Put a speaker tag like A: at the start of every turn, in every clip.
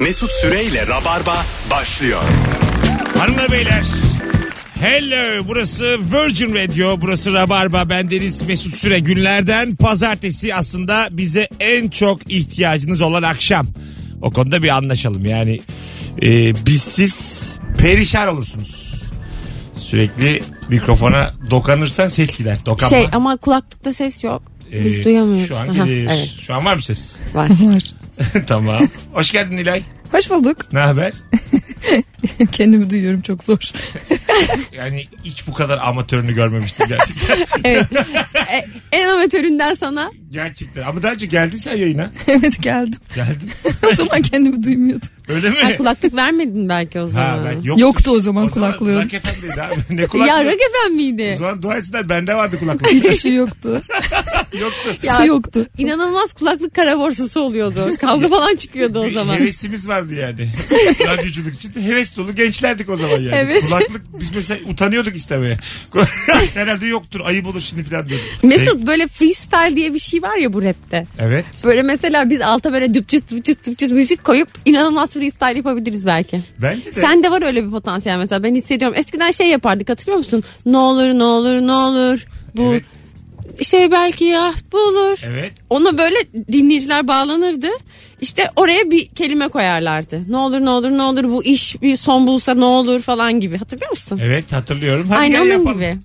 A: Mesut Süreyle Rabarba başlıyor.
B: Hanımlar beyler. Hello burası Virgin Radio burası Rabarba bendeniz Mesut Süre günlerden pazartesi aslında bize en çok ihtiyacınız olan akşam. O konuda bir anlaşalım yani e, bizsiz perişan olursunuz. Sürekli mikrofona dokanırsan ses gider. Dokanma.
C: Şey ama kulaklıkta ses yok.
B: Ee,
C: Biz duyamıyoruz.
B: Şu an
C: Aha,
B: gelir.
C: evet
B: Şu an var mı ses?
C: var.
D: Var.
B: tamam. Hoş geldin Nilay.
D: Hoş bulduk.
B: Ne haber?
D: Kendimi duyuyorum çok zor.
B: Yani hiç bu kadar amatörünü görmemiştim gerçekten.
C: evet. E, en amatöründen sana.
B: gerçekten. Ama daha önce geldin sen yayına.
D: evet geldim.
B: Geldin.
D: O zaman kendimi duymuyordum.
B: Öyle mi?
C: Ha, kulaklık vermedin belki o zaman.
B: Ha, ben yoktur.
D: Yoktu o zaman kulaklığım.
B: Kulak efendiydi abi. Ne
C: ya
B: kulaklığı?
C: Rock FM miydi?
B: O zaman dua etsinler bende vardı kulaklık.
D: Hiçbir şey yoktu.
B: Yoktu.
C: Ya,
D: Su yoktu.
C: İnanılmaz kulaklık kara borsası oluyordu. Kavga falan çıkıyordu o
B: Bir
C: zaman.
B: Hevesimiz vardı yani. Radyoculuk için de heves dolu gençlerdik o zaman yani.
C: Evet.
B: Kulaklık biz mesela utanıyorduk istemeye. Herhalde yoktur ayıp olur şimdi falan diyorduk. Sev-
C: Mesut böyle freestyle diye bir şey var ya bu rapte.
B: Evet.
C: Böyle mesela biz alta böyle düpçüt düpçüt düpçüt müzik koyup inanılmaz freestyle yapabiliriz belki.
B: Bence de.
C: Sen de var öyle bir potansiyel mesela ben hissediyorum. Eskiden şey yapardık hatırlıyor musun? Ne olur ne olur ne olur bu
B: Evet.
C: şey belki ya bulur.
B: Evet.
C: Ona böyle dinleyiciler bağlanırdı. İşte oraya bir kelime koyarlardı. Ne olur ne olur ne olur bu iş bir son bulsa ne olur falan gibi. Hatırlıyor musun?
B: Evet hatırlıyorum. Hadi
C: Aynı
B: gel
C: onun
B: yapalım.
C: gibi.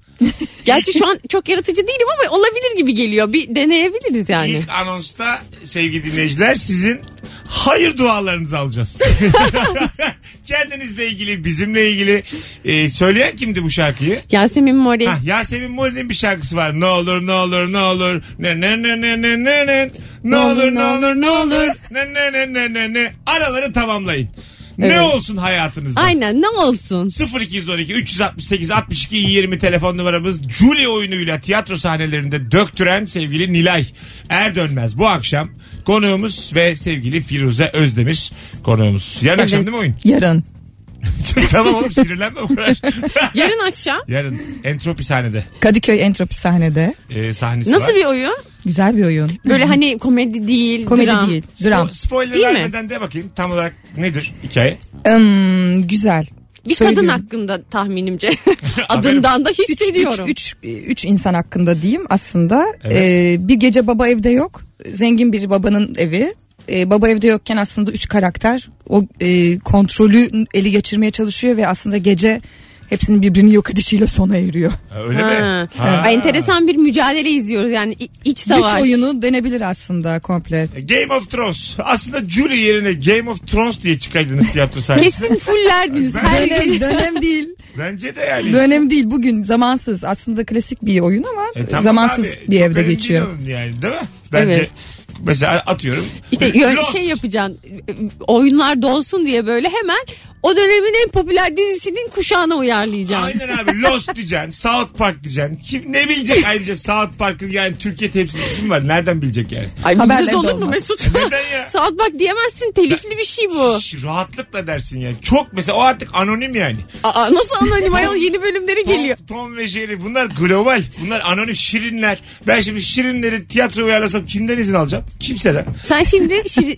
C: Gerçi şu an çok yaratıcı değilim ama olabilir gibi geliyor. Bir deneyebiliriz yani.
B: İlk anonsta sevgili dinleyiciler sizin hayır dualarınızı alacağız. Kendinizle ilgili, bizimle ilgili. Ee, söyleyen kimdi bu şarkıyı?
C: Yasemin Mori.
B: Hah, Yasemin Mori'nin bir şarkısı var. Ne olur ne olur ne olur. Ne ne ne ne ne ne ne. Ne olur ne olur ne olur. Ne ne ne ne ne ne. Araları tamamlayın. Ne
C: Evet.
B: olsun hayatınızda?
C: Aynen ne olsun.
B: 0212 368 62 20 telefon numaramız Julie oyunuyla tiyatro sahnelerinde döktüren sevgili Nilay Er dönmez bu akşam konuğumuz ve sevgili Firuze Özdemir konuğumuz. Yarın
C: Evet.
B: akşam değil mi oyun?
D: Yarın.
B: tamam oğlum sinirlenme bu kadar.
C: Yarın akşam
B: Yarın entropi sahnede
D: Kadıköy Entropi sahnede.
B: e, sahnesi var.
C: nasıl bir oyun?
D: Güzel bir oyun.
C: Böyle hani komedi değil,
D: Komedi
C: dram.
D: değil. Dram.
B: Spoiler
C: Değil mi?
B: vermeden de bakayım tam olarak nedir hikaye?
D: Hmm, güzel.
C: Bir kadın
D: Söylüyorum.
C: hakkında tahminimce adından da
D: Üç, üç,
C: hissediyorum.
D: üç, üç insan hakkında diyeyim aslında.
B: Evet.
D: Ee, bir gece baba evde yok. Zengin bir babanın evi. Ee, baba evde yokken aslında üç karakter o e, kontrolü ele geçirmeye çalışıyor ve aslında gece hepsinin birbirini yok edişiyle sona eriyor.
B: Ha, Öyle mi?
C: Ha.
B: Ha.
C: Ay, Enteresan bir mücadele izliyoruz yani i- iç
D: Güç
C: savaş.
D: oyunu denebilir aslında komple.
B: E, Game of Thrones. Aslında Julie yerine Game of Thrones diye çıkaydınız tiyatro sahnesi.
C: Kesin fullerdiniz her
D: Dönem,
C: gün.
D: dönem değil.
B: Bence de yani.
D: Dönem değil bugün zamansız. Aslında klasik bir oyun ama
B: E, tamam
D: zamansız
B: abi.
D: bir
B: Çok
D: evde
B: önemli
D: geçiyor.
B: değil onun Yani değil mi? Bence
C: Evet.
B: mesela atıyorum.
C: İşte yö-
B: Lost.
C: şey yapacaksın oyunlar dolsun diye böyle hemen o dönemin en popüler dizisinin kuşağına uyarlayacaksın.
B: Aynen abi Lost diyeceksin. South Park diyeceksin. Kim ne bilecek ayrıca South Park'ın yani Türkiye temsilcisi mi var? Nereden bilecek yani?
C: Ay,
D: Haberler
C: ucuz
D: de
C: olur mu
D: olmaz.
C: Mesut?
B: Neden ya?
C: Saat bak diyemezsin telifli bir şey bu.
B: Şş, rahatlıkla dersin yani. Çok mesela o artık anonim yani.
C: Aa, nasıl anonim ayol yeni bölümleri
B: Tom,
C: geliyor.
B: Tom ve Jerry bunlar global. Bunlar anonim şirinler. Ben şimdi şirinleri tiyatro uyarlasam kimden izin alacağım? Kimseden.
C: Sen şimdi şir-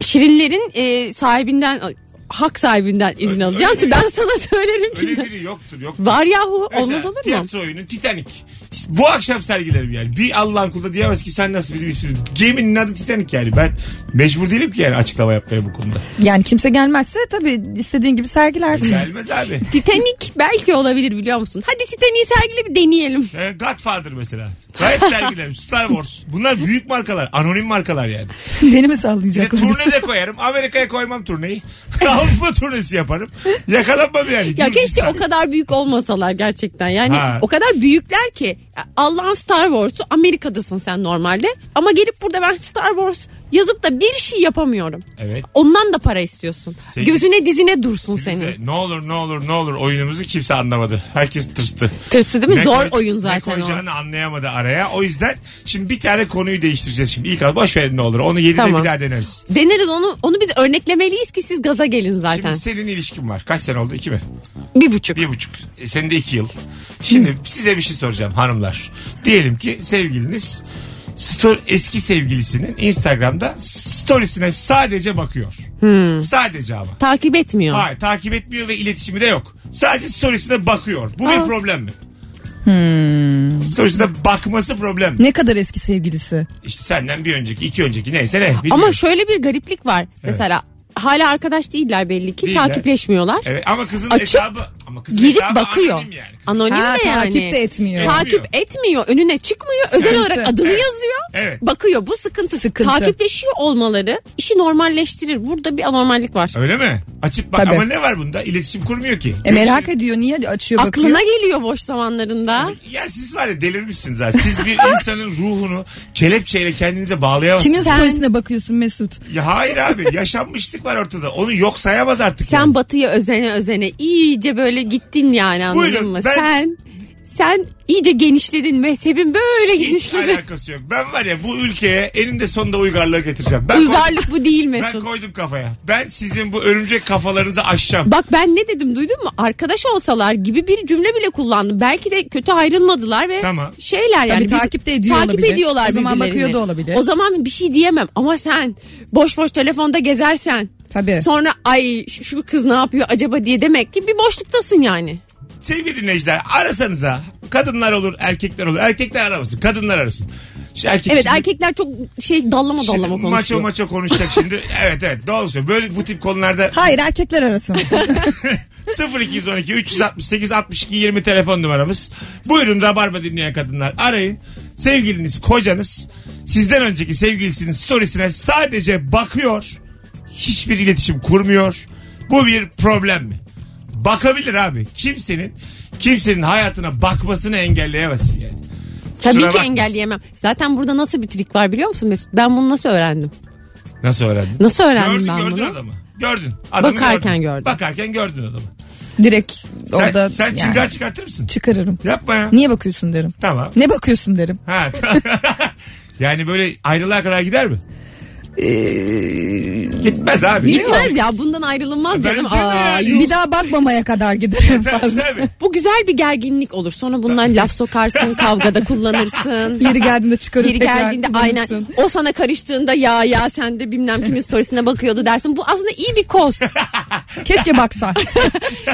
C: şirinlerin e, sahibinden hak sahibinden izin
B: Öyle-
C: alacaksın. Ben sana söylerim
B: Öyle
C: kimden.
B: biri yoktur. Yok.
C: Var yahu olmaz
B: Mesela
C: olur mu?
B: Tiyatro oyunu Titanic. İşte Bu akşam sergilerim yani. Bir Allah'ın kulu da diyemez ki sen nasıl bizim ismimiz. Geminin adı Titanic yani. Ben mecbur değilim ki yani açıklama yapmaya bu konuda.
D: Yani kimse gelmezse tabii istediğin gibi sergilersin.
B: Gelmez abi.
C: Titanic belki olabilir biliyor musun? Hadi Titanic'i sergile bir deneyelim.
B: Ee, Godfather mesela. Gayet sergilerim. Star Wars. Bunlar büyük markalar. Anonim markalar yani.
D: Beni mi
B: Bir de
D: sallayacaklar?
B: turne de koyarım. Amerika'ya koymam turneyi. Avrupa turnesi yaparım. Yakalanmam yani.
C: Ya
B: Gürcistan.
C: keşke o kadar büyük olmasalar gerçekten. Yani
B: Ha.
C: o kadar büyükler ki Ya Allah'ın Star Wars'u Amerika'dasın sen normalde. Ama gelip burada ben Star Wars yazıp da bir şey yapamıyorum.
B: Evet.
C: Ondan da para istiyorsun.
B: Sevgili-
C: Gözüne dizine dursun
B: Bize
C: senin.
B: Ne olur ne olur ne olur oyunumuzu kimse anlamadı. Herkes tırstı.
C: Tırsı değil mi?
B: Ne
C: Zor
B: koy-
C: oyun
B: Ne
C: zaten o.
B: koyacağını anlayamadı araya. O yüzden şimdi bir tane konuyu değiştireceğiz şimdi. İlk al boş verin ne olur. Onu yedide
C: Tamam.
B: bir daha deneriz.
C: Deneriz onu onu biz örneklemeliyiz ki siz gaza gelin zaten.
B: Şimdi senin ilişkin var. Kaç sene oldu? İki mi?
C: bir buçuk.
B: Bir buçuk. E, senin de iki yıl. Şimdi size bir şey soracağım hanımlar. Diyelim ki sevgiliniz Stor, eski sevgilisinin Instagram'da storiesine sadece bakıyor. Sadece ama.
C: Takip etmiyor.
B: Hayır takip etmiyor ve iletişimi de yok. Sadece storiesine bakıyor. Bu bir
C: Aa.
B: problem mi? Storiesine bakması problem.
D: Ne kadar eski sevgilisi?
B: İşte senden bir önceki, iki önceki neyse ne. bilmiyorum.
C: Ama şöyle bir gariplik var. Mesela hala arkadaş değiller belli ki.
B: Değiller.
C: Takipleşmiyorlar.
B: Evet, ama kızın
C: Açıp
B: hesabı ama kızın
C: Girip
B: hesabı
C: bakıyor.
B: anonim yani. Kızın-
C: Anonim
D: Ha,
C: de yani.
D: takip de etmiyor.
B: Etmiyor.
C: Takip etmiyor. Önüne çıkmıyor. Özel
D: Sıkıntı.
C: olarak adını
B: Evet.
C: yazıyor.
B: Evet.
C: Bakıyor. Bu sıkıntı.
D: Sıkıntı.
C: Takipleşiyor olmaları işi normalleştirir. Burada bir anormallik var.
B: Öyle mi? Açıp bak
D: Tabii.
B: ama ne var bunda? İletişim kurmuyor ki.
D: E merak ediyor niye açıyor bakıyor.
C: Aklına geliyor boş zamanlarında.
B: Ya siz var ya delirmişsiniz zaten. Siz bir insanın ruhunu kelepçeyle kendinize bağlayamazsınız.
D: Kimin storiesine bakıyorsun Mesut?
B: Ya hayır abi yaşanmışlık var ortada. Onu yok sayamaz artık.
C: Sen
B: yani.
C: batıya özene özene iyice böyle gittin yani anladın
B: Buyurun,
C: mı?
B: ben-
C: Sen sen iyice genişledin mezhebin böyle
B: Hiç
C: genişledi.
B: alakası yok. Ben var ya bu ülkeye eninde sonunda uygarlığı getireceğim. Ben koydum,
C: Uygarlık bu değil
B: ben
C: Mesut.
B: koydum kafaya. Ben sizin bu örümcek kafalarınızı aşacağım.
C: Bak ben ne dedim duydun mu? Arkadaş olsalar gibi bir cümle bile kullandım. Belki de kötü ayrılmadılar ve
B: Tamam.
C: şeyler yani.
D: Tabii takip de ediyor
C: takip
D: olabilir.
C: ediyorlar
D: O zaman
C: birbirlerini.
D: bakıyor da olabilir.
C: O zaman bir şey diyemem ama sen boş boş telefonda gezersen
D: Tabii.
C: sonra ay şu şu kız ne yapıyor acaba diye demek ki bir boşluktasın yani.
B: Sevgili dinleyiciler arasanıza. Kadınlar olur, erkekler olur. Erkekler aramasın, kadınlar arasın. Şu erkek
C: Evet
B: şimdi-
C: erkekler çok şey dallama
B: şimdi
C: dallama
B: Maço
C: konuşuyor.
B: maço konuşacak şimdi. evet evet doğru söylüyor. Böyle bu tip konularda
D: Hayır erkekler arasın.
B: 0212 368 62 20 telefon numaramız. Buyurun Rabarba dinleyen kadınlar arayın. Sevgiliniz, kocanız sizden önceki sevgilisinin storiesine sadece bakıyor. Hiçbir iletişim kurmuyor. Bu bir problem mi? Bakabilir abi. Kimsenin kimsenin hayatına bakmasını engelleyemezsin yani.
C: Tabii
B: Kusura
C: ki
B: bakma.
C: engelleyemem. Zaten burada nasıl bir trik var biliyor musun Mesut? Ben bunu nasıl öğrendim?
B: Nasıl öğrendin?
C: Nasıl öğrendim
B: Gördün,
C: ben
B: gördün
C: bunu?
B: adamı. Gördün. Adamı
C: Bakarken
B: gördün.
C: gördüm.
B: Bakarken gördün adamı.
D: Direkt
B: Sen,
D: orada
B: sen
D: yani
B: çıngar çıkartır mısın?
D: çıkarırım.
B: Yapma ya.
D: Niye bakıyorsun derim.
B: Tamam.
D: Ne bakıyorsun derim.
B: Ha. yani böyle ayrılığa kadar gider mi? Gitmez abi.
C: Ee, Gitmez ya bundan ayrılınmaz canım.
B: E, Bence de
C: Aa,
B: yani.
D: Bir daha bakmamaya kadar giderim
B: Tabii,
D: fazla.
B: tabii.
C: Bu güzel bir gerginlik olur. Sonra bundan laf sokarsın, kavgada kullanırsın.
D: Yeri geldiğinde çıkarır
C: Biri
D: tekrar
C: geldiğinde aynen
D: kullanırsın.
C: o sana karıştığında ya ya sen de bilmem kimin storiesine bakıyordu dersin. Bu aslında iyi bir koz.
D: Keşke baksa.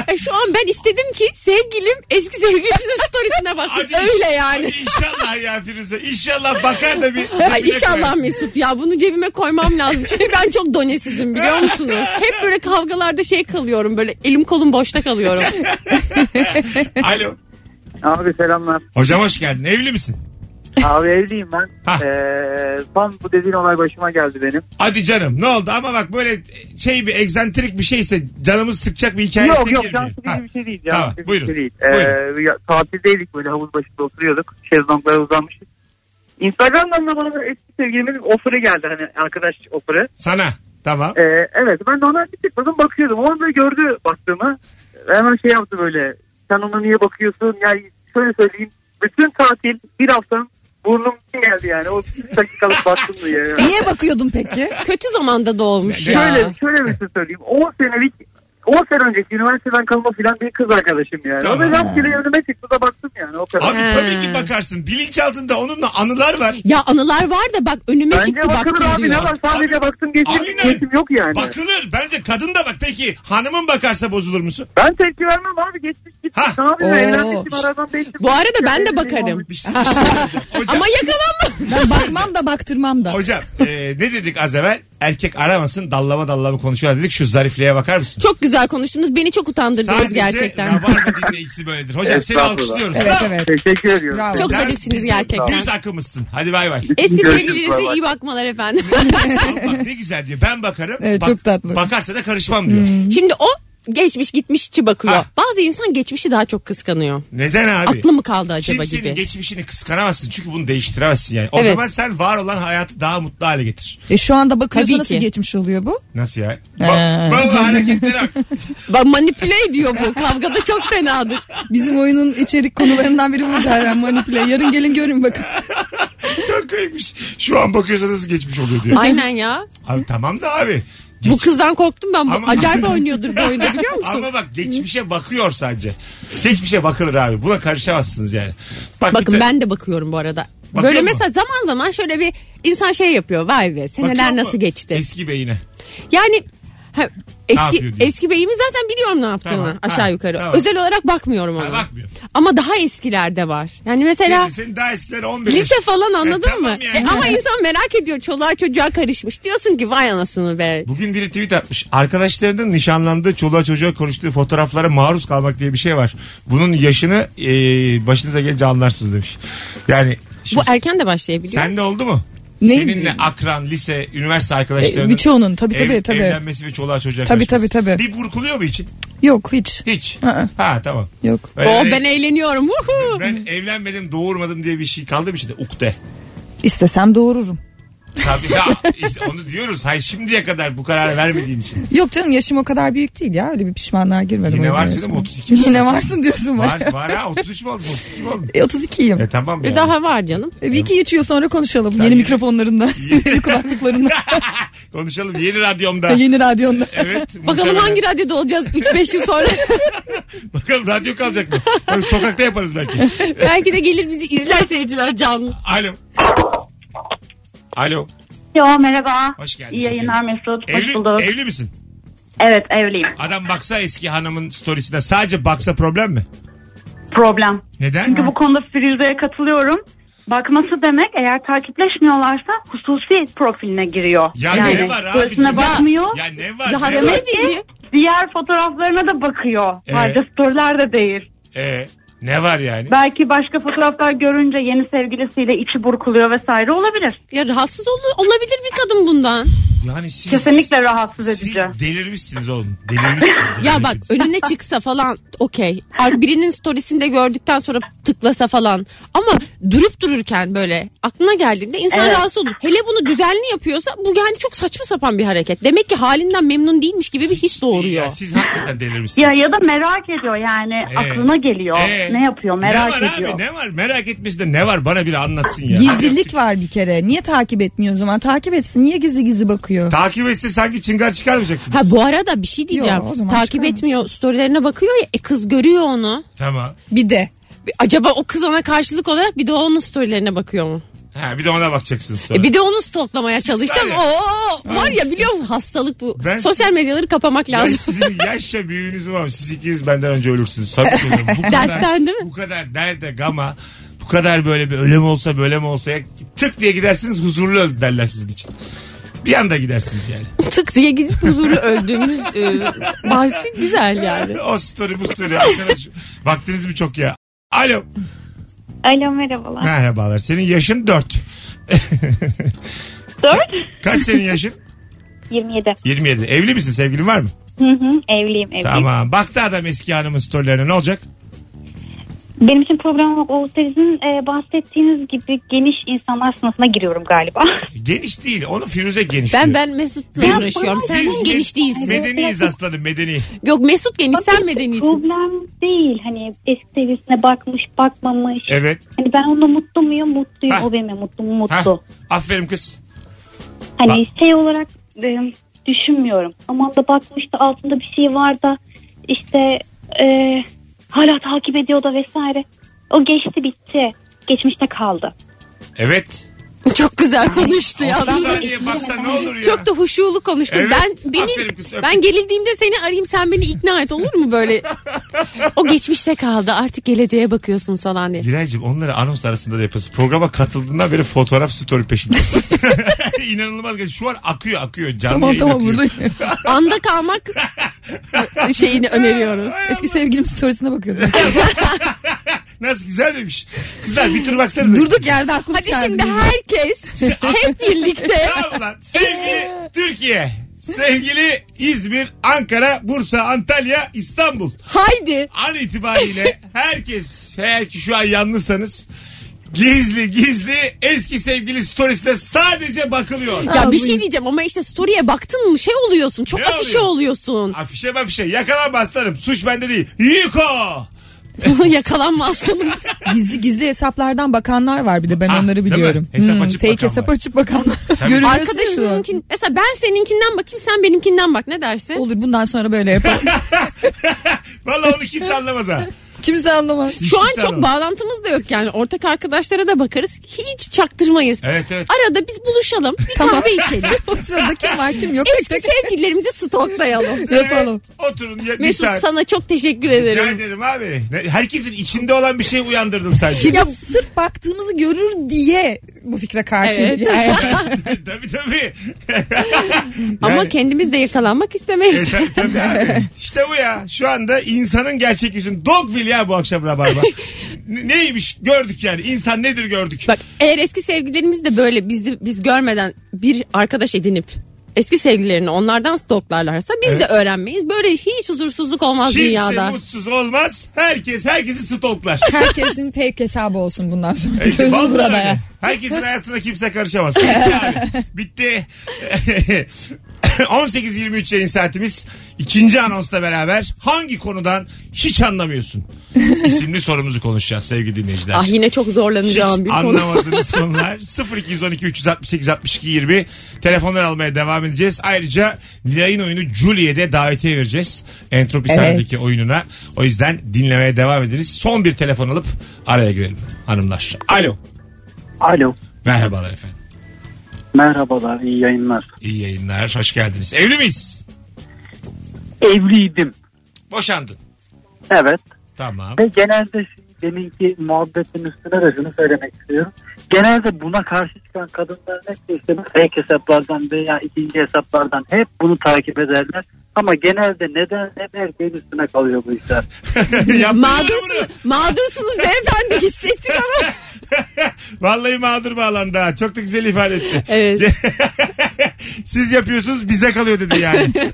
C: E, Şu an ben istedim ki sevgilim eski sevgilisinin storiesine baksın.
B: Hadi
C: Öyle
B: iş-
C: yani.
B: hadi İnşallah ya Firuze. İnşallah bakar da bir.
C: Ay
B: cebine
C: inşallah
B: koyarsın.
C: Mesut ya bunu cebime koymam lazım. Çünkü ben çok donesizim biliyor musunuz? Hep böyle kavgalarda şey kalıyorum böyle elim kolum boşta kalıyorum.
B: Alo.
E: Abi selamlar.
B: Hocam hoş geldin. Evli misin?
E: Abi evliyim ben.
B: Ha.
E: Ee, tam bu dediğin olay başıma geldi benim.
B: Hadi canım ne oldu ama bak böyle şey bir egzantrik bir şeyse canımız sıkacak bir hikayeye
E: yok yok
B: girmiyor.
E: can
B: Ha.
E: sıkıcı bir şey değil. Can
B: Tamam,
E: sıkıcı
B: buyurun.
E: bir şey değil.
B: Buyurun.
E: Ee, ya, tatildeydik böyle havuz başında oturuyorduk. Şezlonglara uzanmıştık. Instagram'dan da bana bir eski sevgilimin offer'ı geldi hani arkadaş offer'ı.
B: Sana. Tamam.
E: Ee, evet ben de ona bir tıkladım bakıyordum. O anda gördü baktığımı. Hemen şey yaptı böyle. Sen ona niye bakıyorsun? Yani şöyle söyleyeyim. Bütün tatil bir haftam burnum geldi yani. O 3 dakikalık baktım diye.
D: Niye bakıyordun peki?
C: Kötü zamanda doğmuş ya.
E: Şöyle, şöyle bir şey söyleyeyim. 10 senelik 10 sene önceki üniversiteden kalma filan bir kız arkadaşım yani.
B: Tamam.
E: O da rastgele önüme çıktı da baktım yani o kadar.
B: Abi
C: Ha.
B: tabii ki bakarsın. Bilinçaltında onunla anılar var.
C: Ya anılar var da bak önüme
E: Bence
C: çıktı
E: bakılır
C: baktım
E: abi ne
C: diyor.
E: var sadece baktım geçim,
B: Aynen.
E: geçim yok yani.
B: Bakılır. Bence kadın da bak. Peki hanımın bakarsa bozulur musun?
E: Ben tepki vermem abi geçmiş gitti.
B: Ha.
E: Ne yapayım
D: Oo.
E: evlenmişim aradan 5 yıl.
C: Bu arada ben de
E: Evliliğim
C: bakarım.
E: olmuş.
B: Bir şey- bir şey söyleyeceğim. Hocam,
C: Ama yakalanma.
D: Ben bakmam da baktırmam da.
B: hocam e, ne dedik az evvel? Erkek aramasın dallama dallama konuşuyor dedik. Şu zarifliğe bakar mısın?
C: Çok güzel konuştunuz. Beni çok utandırdınız
B: Sadece
C: gerçekten.
B: Rabarba dinleyicisi böyledir. Hocam seni
E: Estağfurullah.
B: alkışlıyoruz.
D: Evet
B: Bravo.
D: evet.
E: Teşekkür ediyorum.
D: Bravo.
C: Çok
B: Sen
C: zarifsiniz
B: bizim
C: gerçekten.
B: Düz akımızsın. Hadi bay bay.
C: Eski
E: Görüşürüz, bay
C: sevgilinize
E: bay.
C: iyi bakmalar efendim.
B: Bak ne güzel diyor. Ben bakarım.
D: Evet, çok tatlı.
B: Bakarsa da karışmam diyor.
C: Şimdi o geçmiş gitmişçi bakıyor.
B: Ha.
C: Bazı insan geçmişi daha çok kıskanıyor.
B: Neden abi?
C: Aklı mı kaldı acaba
B: Kimsenin
C: gibi.
B: geçmişini kıskanamazsın. Çünkü bunu değiştiremezsin yani. O
C: Evet.
B: zaman sen var olan hayatı daha mutlu hale getir.
D: E şu anda bakıyorsa
C: Tabii
D: nasıl
C: ki.
D: geçmiş oluyor bu?
B: Nasıl ya?
D: Ee.
B: Bak, bak hareketlere bak.
C: Bak manipüle ediyor bu. Kavgada çok fenadır.
D: Bizim oyunun içerik konularından biri bu zaten manipüle. Yarın gelin görün bakın.
B: Çok koymuş. Şu an bakıyorsa nasıl geçmiş oluyor diyor.
C: Aynen ya.
B: Abi tamam da abi.
C: Bu kızdan korktum ben. Bu
B: Ama-
C: acayip oynuyordur bu oyunda biliyor musun?
B: Ama bak geçmişe bakıyor sadece. Geçmişe bakılır abi. Buna karışamazsınız yani. Bak, bir
C: Bakın
B: ta-
C: ben de bakıyorum bu arada.
B: Bakıyor
C: Böyle
B: mu?
C: mesela zaman zaman şöyle bir insan şey yapıyor. Vay be seneler
B: Bakıyor mu?
C: nasıl geçti?
B: Eski beyine.
C: Yani ha,
B: yapıyor
C: eski
B: diyor.
C: eski beyimi zaten biliyorum ne yaptığını
B: Tamam,
C: aşağı
B: ha,
C: yukarı.
B: tamam.
C: Özel olarak bakmıyorum
B: Ha,
C: ona.
B: bakmıyor.
C: Ama daha eskilerde var. Yani mesela
B: Senin, senin daha eskileri 15.
C: lise falan anladın
B: E, tamam
C: mı?
B: yani.
C: E, ama insan merak ediyor. Çoluğa çocuğa karışmış. Diyorsun ki vay anasını be.
B: Bugün biri tweet atmış. Arkadaşlarının nişanlandığı, çoluğa çocuğa konuştuğu fotoğraflara maruz kalmak diye bir şey var. Bunun yaşını e, başınıza gelince anlarsınız demiş. Yani
C: Bu
B: şimdi
C: erken de başlayabiliyor.
B: Sen de oldu mu?
D: Ne?
B: Seninle akran, lise, üniversite
D: E,
B: arkadaşlarının
D: birçoğunun tabii
B: ev-
D: tabii tabii.
B: evlenmesi ve çoluğa çocuğa
D: Tabii,
B: karışması.
D: tabii, tabii.
B: Bir burkuluyor mu için?
D: Yok hiç.
B: Hiç.
D: Hı
B: ha tamam.
D: Yok.
C: Oh
B: Öyle-
C: ben eğleniyorum. Vuhu.
B: ben evlenmedim doğurmadım diye bir şey kaldı mı içinde? Ukde.
D: İstesem doğururum.
B: Tabii ya işte onu diyoruz. Hayır şimdiye kadar bu kararı vermediğin için.
D: Yok canım yaşım o kadar büyük değil ya. Öyle bir pişmanlığa girmedim.
B: Yine
D: o
B: var
D: yüzden
B: canım,
D: yaşım.
B: 32.
D: Yine varsın diyorsun bana.
B: Var var ha 33 mi oldu 32 mi oldu?
D: E, 32'yim.
B: E tamam
C: Bir
B: yani.
C: daha var canım.
D: E, Bir iki üç yıl sonra konuşalım. yeni mikrofonlarında. yeni kulaklıklarında.
B: Konuşalım yeni radyomda.
D: ve yeni radyonda.
B: Evet.
C: Bakalım
B: muhtemelen.
C: hangi radyoda olacağız 3-5 yıl sonra.
B: Bakalım radyo kalacak mı? Tabii sokakta yaparız belki.
C: Belki de gelir bizi izler seyirciler canlı.
B: Alo. Alo.
F: Yo merhaba.
B: Hoş geldin.
F: İyi yayınlar Mesut. Hoş bulduk.
B: Evli, evli misin?
F: Evet evliyim.
B: Adam baksa eski hanımın storiesine sadece baksa problem mi?
F: Problem.
B: Neden?
F: Çünkü bu konuda Firuze'ye katılıyorum. Bakması demek eğer takipleşmiyorlarsa hususi profiline giriyor.
B: Ya ne var abi?
F: Göğsüne
B: Ya-
F: bakmıyor.
B: Ya ne var? ne
C: Rahatsız
B: var?
C: edici.
F: Diğer fotoğraflarına da bakıyor.
B: Evet.
F: Sadece storyler de değil.
B: Ee, ne var yani?
F: Belki başka fotoğraflar görünce yeni sevgilisiyle içi burkuluyor vesaire olabilir.
C: Ya rahatsız ol- olabilir bir kadın bundan.
B: Yani siz...
F: Kesinlikle rahatsız
B: Siz
F: edici.
B: delirmişsiniz oğlum. Delirmişsiniz.
C: Ya bak önüne çıksa falan okey. Ar- Birinin storiesinde gördükten sonra tıklasa falan. Ama durup dururken böyle aklına geldiğinde insan
F: Evet.
C: rahatsız olur. Hele bunu düzenli yapıyorsa bu yani çok saçma sapan bir hareket. Demek ki halinden memnun değilmiş gibi bir his
B: Ya
C: doğuruyor.
B: siz hakikaten delirmişsiniz.
F: Ya ya da merak ediyor yani
B: Ee,
F: aklına geliyor.
B: ee,
F: ne yapıyor merak
B: ne var
F: ediyor.
B: Abi, ne var merak etmesinde ne var bana biri anlatsın ya.
D: Gizlilik var bir kere. Niye takip etmiyor o zaman? Takip etsin. Niye gizli gizli bakıyor?
B: Takip etse sanki çıngar çıkarmayacaksınız.
C: Ha bu arada bir şey diyeceğim.
D: Yo, o zaman
C: Takip
D: çıkarmışsın.
C: etmiyor. Storylerine bakıyor ya. E kız görüyor onu.
B: Tamam.
D: bir de.
C: Bir- Acaba o kız ona karşılık olarak bir de onun storylerine bakıyor mu?
B: Ha, bir de ona bakacaksınız sonra.
C: E bir de onu stoklamaya çalışacağım.
B: Var
C: Oo var ya biliyor musun hastalık bu.
B: Ben-
C: Sosyal medyaları kapamak
B: ben
C: lazım.
B: sizin yaşça büyüğünüzüm ama siz ikiniz benden önce ölürsünüz. Sabit söylüyorum. Bu kadar,
C: Dertten değil mi?
B: Bu kadar derde gama. Bu kadar böyle bir ölüm olsa böyle mi olsa ya, tık diye gidersiniz huzurlu öldü derler sizin için. Bir anda gidersiniz yani.
C: tık diye gidip huzurlu öldüğümüz e, bahsi güzel yani.
B: o story bu story arkadaş. Vaktiniz mi çok ya? Alo.
G: Alo merhabalar.
B: Merhabalar. Senin yaşın 4.
G: 4
B: Kaç senin yaşın?
G: 27.
B: 27. Evli misin? Sevgilin var mı?
G: Hı hı, evliyim evliyim.
B: Tamam. Baktı adam eski hanımın storylerine ne olacak?
G: Benim için problem yok. O sizin e, bahsettiğiniz gibi geniş insanlar sınıfına giriyorum galiba.
B: Geniş değil. Onu Firuze geniş
C: Ben
B: diyor.
C: ben Mesut'la uğraşıyorum. Sen
B: Biz
C: geniş değilsin.
B: Medeniyiz aslanım medeni.
C: Yok Mesut geniş sen medenisin.
G: Problem değil. Hani eski sevgilisine bakmış bakmamış.
B: Evet.
G: Hani ben onunla mutlu muyum? Mutluyum.
B: Ha.
G: O benimle mutlu mu?
B: Hah.
G: Mutlu.
B: Aferin kız.
G: Hani şey olarak e, düşünmüyorum. Aman da bakmış da altında bir şey var da işte e, hala takip ediyor da vesaire. O geçti bitti. Geçmişte kaldı.
B: Evet.
C: Çok güzel konuştu ya.
B: 30 saniye baksa ne olur ya.
C: Çok da huşulu konuştun.
B: Evet.
C: Ben beni
B: Aferin kız, öptüm.
C: ben gerildiğimde seni arayayım sen beni ikna et olur mu böyle? o geçmişte kaldı. Artık geleceğe bakıyorsun falan diye.
B: Giraycığım onları anons arasında da yapasın. Programa katıldığından beri fotoğraf story peşinde. İnanılmaz. gel- Şu an akıyor akıyor. Canlı
D: Tamam
B: yayın
D: tamam
B: akıyor.
D: buradayım.
C: Anda kalmak şeyini öneriyoruz.
D: Eski sevgilim storiesine bakıyordum.
B: Nasıl güzel miymiş? Kızlar bir tur baksanıza.
D: Durduk yerde aklım
C: Hadi
D: çeldi.
C: şimdi herkes hep birlikte
B: Tamam lan. Sevgili Türkiye. Sevgili İzmir, Ankara, Bursa, Antalya, İstanbul.
C: haydi
B: an itibariyle herkes eğer ki şu an yalnızsanız gizli gizli eski sevgili storiesine sadece bakılıyor.
C: Ya bir
D: Ağlayın.
C: şey diyeceğim ama işte story'e baktın mı şey oluyorsun. Çok
B: Ne
C: afişe
B: oluyor?
C: oluyorsun.
B: Afişe mafişe yakalan bastarım suç bende değil. Yiko.
C: Yakalanmazsın.
D: Gizli gizli hesaplardan bakanlar var bir de ben
B: Ah,
D: onları
B: değil mi?
D: biliyorum. Hmm,
B: Hesap açıp
D: fake
B: bakan
D: hesap
B: var.
D: açıp bakanlar.
B: Tabii.
D: Görüyorsun şu an.
C: Arkadaşınınkin mesela ben seninkinden bakayım sen benimkinden bak ne dersin?
D: Olur bundan sonra böyle yapalım.
B: Valla onu kimse anlamaz ha.
D: Kimse anlamaz.
B: Hiç
C: Şu an
B: kimse
C: çok
B: anlamaz.
C: bağlantımız da yok yani. Ortak arkadaşlara da bakarız. Hiç çaktırmayız.
B: Evet, evet.
C: Arada biz buluşalım. Bir
D: Tamam.
C: kahve içelim.
D: o sırada kim var kim yok. Tek
C: Eski
D: tek
C: sevgililerimizi stoklayalım.
D: yapalım.
B: Evet, oturun ya, bir
C: Mesut
B: saat.
C: sana çok teşekkür
B: Rica
C: ederim.
B: ederim abi. Ne- Herkesin içinde olan bir şey uyandırdım sadece.
D: Ya sırf baktığımızı görür diye bu fikre karşı.
C: Evet.
B: tabii tabii.
C: Ama
B: Yani-
C: kendimiz de yakalanmak istemeyiz.
B: Tabii, E, tabii abi. İşte bu ya. Şu anda insanın gerçek yüzün. Dogville ya bu akşam Rabarba. N- Neymiş gördük yani. İnsan nedir gördük.
C: Bak eğer eski sevgililerimiz de böyle bizi biz görmeden bir arkadaş edinip eski sevgililerini onlardan stoklarlarsa biz de öğrenmeyiz. Böyle hiç huzursuzluk olmaz
B: Kimse
C: dünyada.
B: mutsuz olmaz. Herkes herkesi stalklar.
D: Herkesin fake hesabı olsun bundan sonra.
B: Evet,
D: Çözüm
B: vallahi
D: burada
B: öyle.
D: ya.
B: Herkesin hayatına kimse karışamaz. Bitti abi. Bitti. 18.23 yayın saatimiz. ikinci anonsla beraber hangi konudan hiç anlamıyorsun? İsimli sorumuzu konuşacağız sevgili dinleyiciler.
C: Ah yine çok
B: Hiç
C: zorlanacağım bir konu.
B: anlamadığınız konular 0212 368 62 20 telefonlar almaya devam edeceğiz. Ayrıca yayın oyunu Julie'de davetiye vereceğiz. Entropi
D: Evet.
B: sahnedeki oyununa. O yüzden dinlemeye devam ediniz. Son bir telefon alıp araya girelim hanımlar. Alo.
E: Alo.
B: Merhabalar efendim.
E: Merhabalar, iyi yayınlar.
B: İyi yayınlar. Hoş geldiniz. Evli miyiz?
E: Evliydim.
B: Boşandın.
E: Evet.
B: Tamam.
E: Ve genelde şu- deminki muhabbetin üstüne de şunu söylemek istiyorum. Genelde buna karşı çıkan kadınlar hep de işte bu fake hesaplardan veya ikinci hesaplardan hep bunu takip ederler. Ama genelde neden hep erkeğin üstüne kalıyor bu işler.
B: Yaptın mı bunu?
C: Mağdursunuz, mağdursunuz beyefendi hissettik ama.
B: Vallahi mağdur bağlandı ha. Çok da güzel ifade etti.
C: Evet.
B: Siz yapıyorsunuz bize kalıyor dedi yani.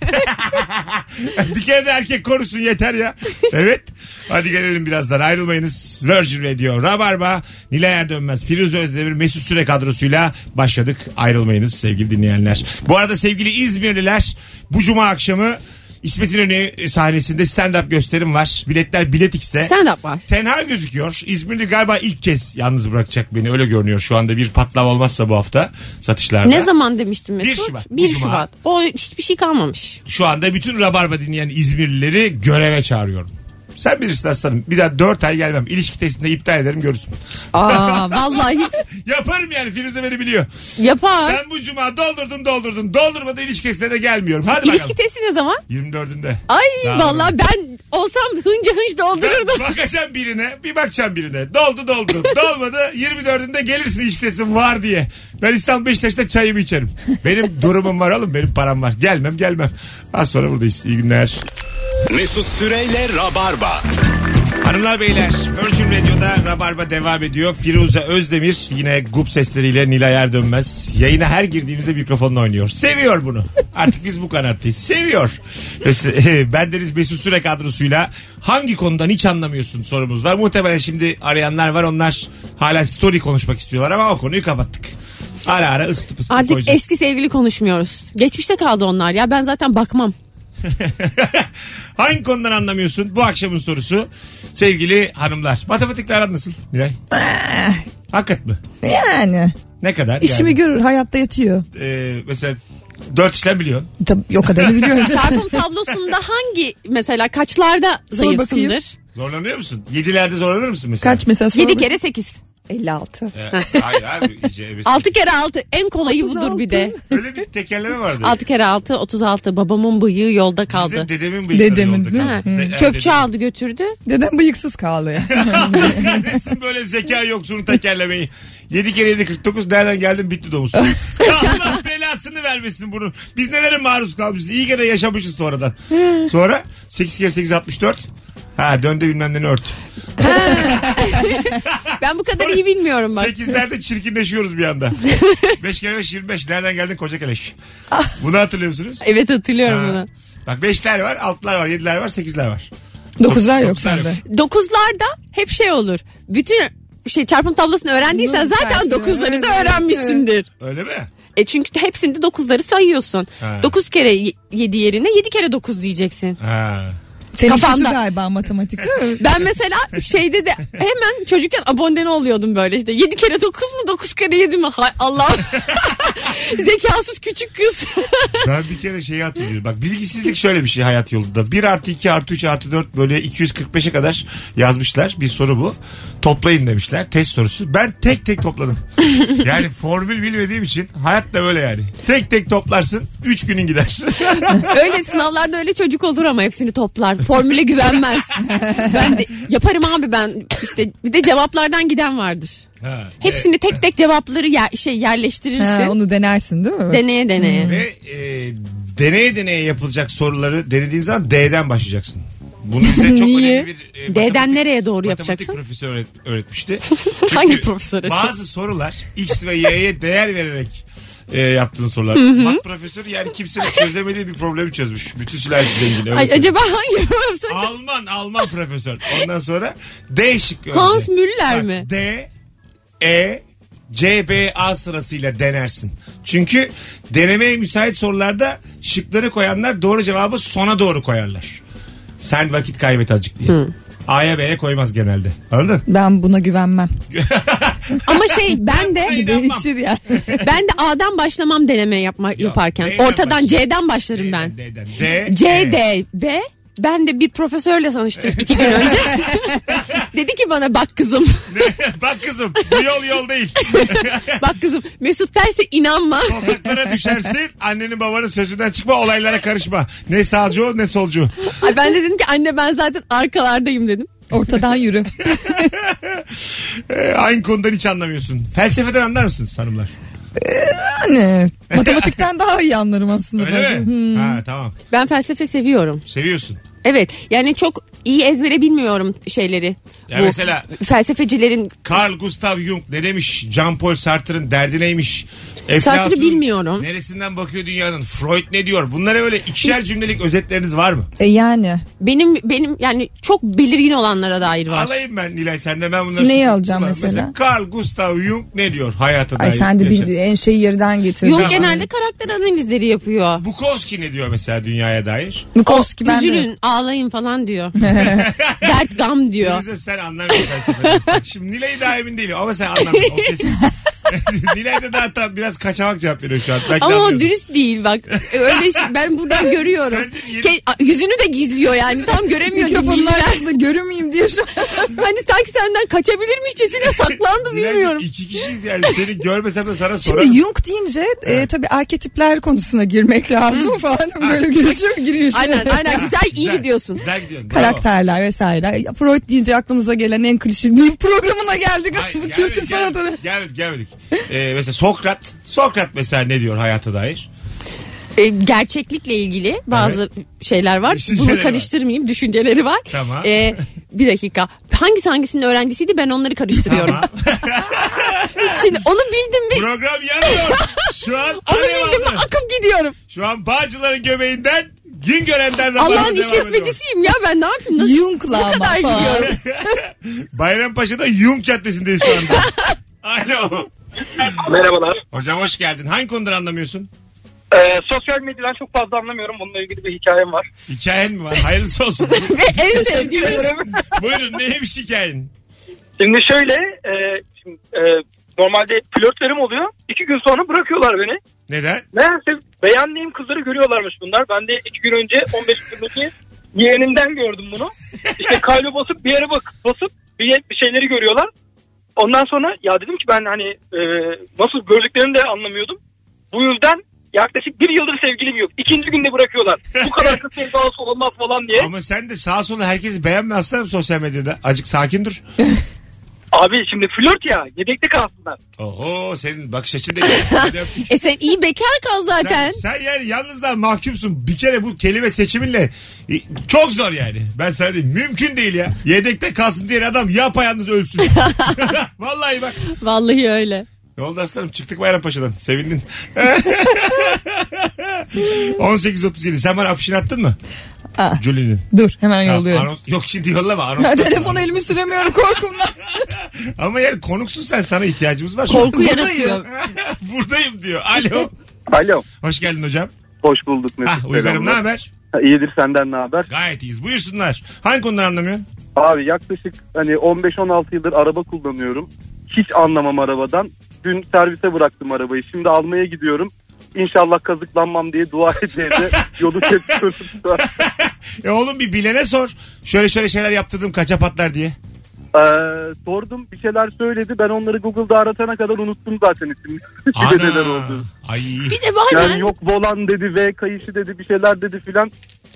B: bir kere de erkek korusun yeter ya. Evet. Hadi gelelim birazdan ayrılmayınız. Virgin Radio Rabarba Nilay Erdönmez Firuze Özdemir Mesut Süre kadrosuyla başladık. Ayrılmayınız sevgili dinleyenler. Bu arada sevgili İzmirliler bu cuma akşamı İsmet İnönü sahnesinde stand-up gösterim var. Biletler Bilet X'te.
C: Sen yap var.
B: Tenha gözüküyor. İzmirli galiba ilk kez yalnız bırakacak beni. Öyle görünüyor şu anda. Bir patlama olmazsa bu hafta satışlarda.
C: Ne zaman demiştim Mesut?
B: 1 Şubat.
C: 1
B: Bu cuma.
C: Şubat. O hiçbir şey kalmamış.
B: Şu anda bütün Rabarba dinleyen İzmirlileri göreve çağırıyorum. Sen bilirsin aslanım. Bir daha 4 ay gelmem. İlişki testinde iptal ederim görürsün.
C: Aa vallahi
B: Yaparım yani Firuze beni biliyor.
C: yapar.
B: Sen bu cuma doldurdun doldurdun. Doldurmadı ilişki testine de gelmiyorum. Hadi
C: İlişki
B: bakalım.
C: testi ne zaman?
B: 24'ünde.
C: Ay
B: Daha
C: vallahi ben olsam hınca hınç doldururdum.
B: Ben bakacağım birine bir bakacağım birine. Doldu doldu. Dolmadı 24'ünde gelirsin işlesin var diye. Ben İstanbul Beşiktaş'ta çayımı içerim. Benim durumum var oğlum benim param var. Gelmem gelmem. Az sonra buradayız. İyi günler.
A: Mesut Süreyle Rabarba.
B: Hanımlar beyler Virgin Radio'da Rabarba devam ediyor. Firuze Özdemir yine gup sesleriyle Nilay Erdönmez. Yayına her girdiğimizde mikrofonla oynuyor. Seviyor bunu. Artık biz bu kanattayız. Seviyor. Mes- Bendeniz Mesut Süre kadrosuyla hangi konudan hiç anlamıyorsun sorumuz var. Muhtemelen şimdi arayanlar var. Onlar hala story konuşmak istiyorlar ama o konuyu kapattık. Ara ara ısıtıp ısıtıp
C: Artık
B: koyacağız.
C: eski sevgili konuşmuyoruz. Geçmişte kaldı onlar ya ben zaten bakmam.
B: hangi konudan anlamıyorsun? Bu akşamın sorusu sevgili hanımlar. Matematikle aran nasıl Nilay? Hakikat mi?
D: Yani.
B: Ne kadar?
D: Eh. İşimi
B: yani,
D: görür hayatta yatıyor.
B: e, mesela dört işlem biliyorsun.
D: Tabii o kadarını biliyorum.
C: Çarpım tablosunda hangi mesela kaçlarda
D: bakayım.
C: zayıfsındır?
B: Zorlanıyor musun? Yedilerde zorlanır mısın mesela?
D: Kaç mesela sor.
C: 7 kere 8.
D: 56.
B: E, hayır abi. Iyice, evet.
C: 6 kere 6 en kolayı
D: 36.
C: budur bir de.
B: Öyle bir tekerleme vardı.
C: 6 kere 6 36 babamın bıyığı yolda kaldı.
B: Bizde dedemin bıyıkları
D: Dedemin,
B: yolda
D: değil mi?
B: kaldı.
C: Ha,
B: De- evet,
C: Çöpçü
B: dedemin.
C: aldı götürdü.
D: Neden bıyıksız kaldı ya?
B: Allah kahretsin böyle zeka yoksunu tekerlemeyi. 7 kere 7 49 nereden geldin bitti domuz. Allah belasını vermesin bunu. Biz nelere maruz kalmışız. İyi ki de yaşamışız sonradan. Sonra 8 kere 8 64. Ha dönde bilmem ne ört.
C: Ben bu kadar iyi bilmiyorum bak.
B: Sekizlerde çirkinleşiyoruz bir anda. Beş kere beş yirmi beş. Nereden geldin koca keleş? Bunu hatırlıyor musunuz?
C: Evet hatırlıyorum
B: Ha.
C: bunu.
B: Bak beşler var, altlar var, yediler var, sekizler var.
D: 9'lar yok
B: Dokuzlar yok.
D: sende.
C: Dokuzlarda hep şey olur. Bütün şey çarpım tablosunu öğrendiysen
D: Bunun
C: zaten
D: tersini
C: dokuzları da
D: öğrendim.
C: öğrenmişsindir.
B: Öyle mi?
C: E çünkü hepsinde dokuzları sayıyorsun.
B: Ha.
C: Dokuz kere y- yedi yerine yedi kere dokuz diyeceksin.
B: Ha.
D: Senin
C: Kafamda.
D: kötü galiba matematik.
C: Ben mesela şeyde de hemen çocukken abone oluyordum böyle işte. 7 kere 9 mu 9 kere 7 mi? Hay Allah. Zekasız küçük kız.
B: Ben bir kere şeyi hatırlıyorum. Bak bilgisizlik şöyle bir şey hayat yolunda. 1 artı 2 artı 3 artı 4 böyle 245'e kadar yazmışlar. Bir soru bu. Toplayın demişler. Test sorusu. Ben tek tek topladım. Yani formül bilmediğim için hayat da böyle yani. Tek tek toplarsın 3 günün gider.
C: öyle sınavlarda öyle çocuk olur ama hepsini toplar. Formüle güvenmez. ben de yaparım abi ben işte bir de cevaplardan giden vardır.
B: Ha.
C: Hepsini tek tek cevapları yer, şey yerleştirirsin.
D: Ha, onu denersin değil mi?
C: Deneye deneye.
B: Ve e, deneye deneye yapılacak soruları denediğin zaman D'den başlayacaksın. Bunu bize çok
D: Niye?
B: önemli bir... e,
C: D'den
B: matematik-
C: nereye doğru
B: Matematik
C: yapacaksın?
B: profesörü öğret- öğretmişti.
C: Hangi profesör acaba?
B: Bazı sorular X ve Y'ye değer vererek e, yaptığın sorular. Mat profesörü yani kimsenin çözemediği bir problemi çözmüş. Bütün sülalesi zengin. öyle
C: Ay,
B: söyleyeyim.
C: acaba hangi profesör?
B: Alman, Alman profesör. Ondan sonra D şıkkı. önce.
C: Hans Müller
B: Bak,
C: mi?
B: D, E, C, B, A sırasıyla denersin. Çünkü denemeye müsait sorularda şıkları koyanlar doğru cevabı sona doğru koyarlar. Sen vakit kaybet azıcık diye. A'ya B'ye koymaz genelde. Anladın?
D: Ben buna güvenmem.
C: Ama şey ben de
B: Hayır, İnanmam.
D: Değişir yani.
C: ben de A'dan başlamam deneme yapma, yaparken.
B: D'den
C: Ortadan
B: başla.
C: C'den başlarım ben.
B: D'den. D, E.
C: C, D ve ben de bir profesörle tanıştım iki gün önce. Dedi ki bana bak kızım,
B: Bak kızım bu yol yol değil.
C: bak kızım Mesut derse inanma.
B: Sokaklara düşersin annenin babanın sözünden çıkma olaylara karışma. Ne sağcı ol ne solcu.
C: Ay ben de dedim ki anne ben zaten arkalardayım dedim.
D: Ortadan yürü.
B: Ee, aynı konudan hiç anlamıyorsun. Felsefeden anlar mısınız hanımlar?
D: Yani matematikten daha iyi anlarım aslında.
B: Öyle
D: ben.
B: mi?
D: Hı.
B: Ha tamam.
C: Ben felsefe seviyorum.
B: Seviyorsun.
C: Evet yani çok iyi ezbere bilmiyorum şeyleri.
B: Ya mesela-
C: felsefecilerin
B: Carl Gustav Jung ne demiş? Jean-Paul Sartre'ın derdi neymiş? Eflatun
C: bilmiyorum.
B: Neresinden bakıyor dünyanın? Freud ne diyor? Bunlara böyle ikişer cümlelik özetleriniz var mı?
D: E yani
C: benim benim yani çok belirgin olanlara dair var.
B: Alayım ben Nilay senden ben bunları.
D: Neyi
B: sordum.
D: alacağım
B: Ulan
D: mesela?
B: Carl Gustav Jung ne diyor hayata dair?
D: ay sen de
B: yaşam-
D: bir, en şeyi yerden getirdin.
C: Yok
D: Ay.
C: genelde karakter analizleri yapıyor.
B: Bukowski ne diyor mesela dünyaya dair?
D: Bukowski ben de-
C: Üzülün, ağlayın falan diyor. Dert gam diyor.
B: Firuze sen anlamıyorsun felsefeden. Şimdi Nilay daha emin değilim ama sen anlamıyorsun. O kesin. Nilay da daha tam biraz kaçamak cevap veriyor şu an. Belki
C: Ama o
B: anlıyordur.
C: dürüst değil bak. Öyle şey- ben buradan görüyorum.
B: Sence yeni-
C: Ke- a- yüzünü de gizliyor yani. Tam göremiyor
D: Mikrofonun
C: dinleyiciler.
D: arkasında görünmeyeyim diye şu
C: hani sanki senden kaçabilirmişçesine saklandı
B: Nilay'cığım
C: bilmiyorum.
B: iki kişiyiz yani. Seni görmesem de sana sorarım.
D: Şimdi Jung deyince e, tabii arketipler konusuna girmek lazım falan. Böyle girişim giriyor. işte.
C: Aynen aynen güzel iyi gidiyorsun.
B: Güzel gidiyorsun. bravo.
D: Karakterler vesaire. Ya, Freud deyince aklımıza gelen en klişe değil programına geldik.
B: Hayır,
D: Bu
B: gelmedik,
D: kültür sanatı.
B: gelmedik, gelmedik, gelmedik. Ee, mesela Sokrat. Sokrat mesela ne diyor hayata dair?
C: E, gerçeklikle ilgili bazı şeyler var.
B: Düşünceleri
C: Bunu karıştırmayayım. Düşünceleri var.
B: Tamam.
C: E, bir dakika. Hangisi hangisinin öğrencisiydi ben onları karıştırıyorum. Şimdi onu bildim mi?
B: Program yanıyor. Şu an
C: Onu bildim mi
B: Karayolda.
C: akıp gidiyorum.
B: Şu an Bağcılar'ın göbeğinden gün görenden
C: Allah'ın işletmecisiyim ya ben ne yapayım? Nasıl,
D: Jung'la
C: ne
D: ama
C: kadar
D: falan.
C: gidiyorum?
B: Bayrampaşa'da Yung Caddesi'ndeyiz şu anda. Alo.
E: Merhabalar.
B: Hocam hoş geldin. Hangi konudan anlamıyorsun?
E: Ee, sosyal medyadan çok fazla anlamıyorum. Bununla ilgili bir hikayem var.
B: Hikayen mi var? Hayırlısı olsun.
C: Ve en sevdiğimiz.
B: Buyurun neymiş hikayen?
E: Şimdi şöyle e, şimdi, e, normalde flörtlerim oluyor. İki gün sonra bırakıyorlar beni.
B: Neden?
E: Meğerse beğendiğim kızları görüyorlarmış bunlar. Ben de iki gün önce 15 gündeki yeğenimden gördüm bunu. İşte kalbe basıp bir yere bak, basıp bir, ye- bir şeyleri görüyorlar. Ondan sonra ya dedim ki ben hani e, nasıl gördüklerini de anlamıyordum. Bu yüzden yaklaşık bir yıldır sevgilim yok. İkinci günde bırakıyorlar. Bu kadar kız sevdası olamaz falan diye.
B: Ama sen de sağa sola herkesi beğenme aslanım sosyal medyada. Acık sakin dur.
E: Abi şimdi flört ya yedekte kalsınlar.
B: Oho senin bakış açın da Hadi öptük.
C: E sen iyi bekar
B: sen,
C: kal zaten.
B: sen yani yalnızdan mahkumsun. Bir kere bu kelime seçiminle e, çok zor yani. Ben sana diyeyim mümkün değil ya. Yedekte kalsın diyen adam yapayalnız ölsün. Vallahi bak.
C: Vallahi öyle.
B: Ne oldu aslanım? Çıktık Bayrampaşa'dan. Sevindin. 18.37. Sen bana afişini attın mı?
D: Aa.
B: Julie'nin.
D: Dur hemen
B: Ha,
D: yolluyorum.
B: anons- yok şimdi yollama. Anons
D: Ya, telefonu elimi süremiyorum korkumdan.
B: Ama yani konuksun sen. Sana ihtiyacımız var.
C: Korku
D: Buradayım.
C: yaratıyor.
B: Buradayım diyor. Alo.
E: Alo.
B: Hoş geldin hocam.
E: Hoş bulduk
B: Ah Uygar'ım ne haber?
E: İyidir senden ne haber?
B: Gayet iyiyiz. Buyursunlar. Hangi konuları anlamıyorsun?
E: Abi yaklaşık hani 15-16 yıldır araba kullanıyorum. Hiç anlamam arabadan. Dün servise bıraktım arabayı. Şimdi almaya gidiyorum. İnşallah kazıklanmam diye dua edeceğim de yolu kesiyorum.
B: E oğlum bir bilene sor. Şöyle şöyle şeyler yaptırdım kaça patlar diye.
E: Ee, sordum bir şeyler söyledi. Ben onları Google'da aratana kadar unuttum zaten isimleri. Bir de neler oldu.
B: Ay.
C: Bir de
E: Yani
C: bazen
E: yok volan dedi V kayışı dedi bir şeyler dedi filan.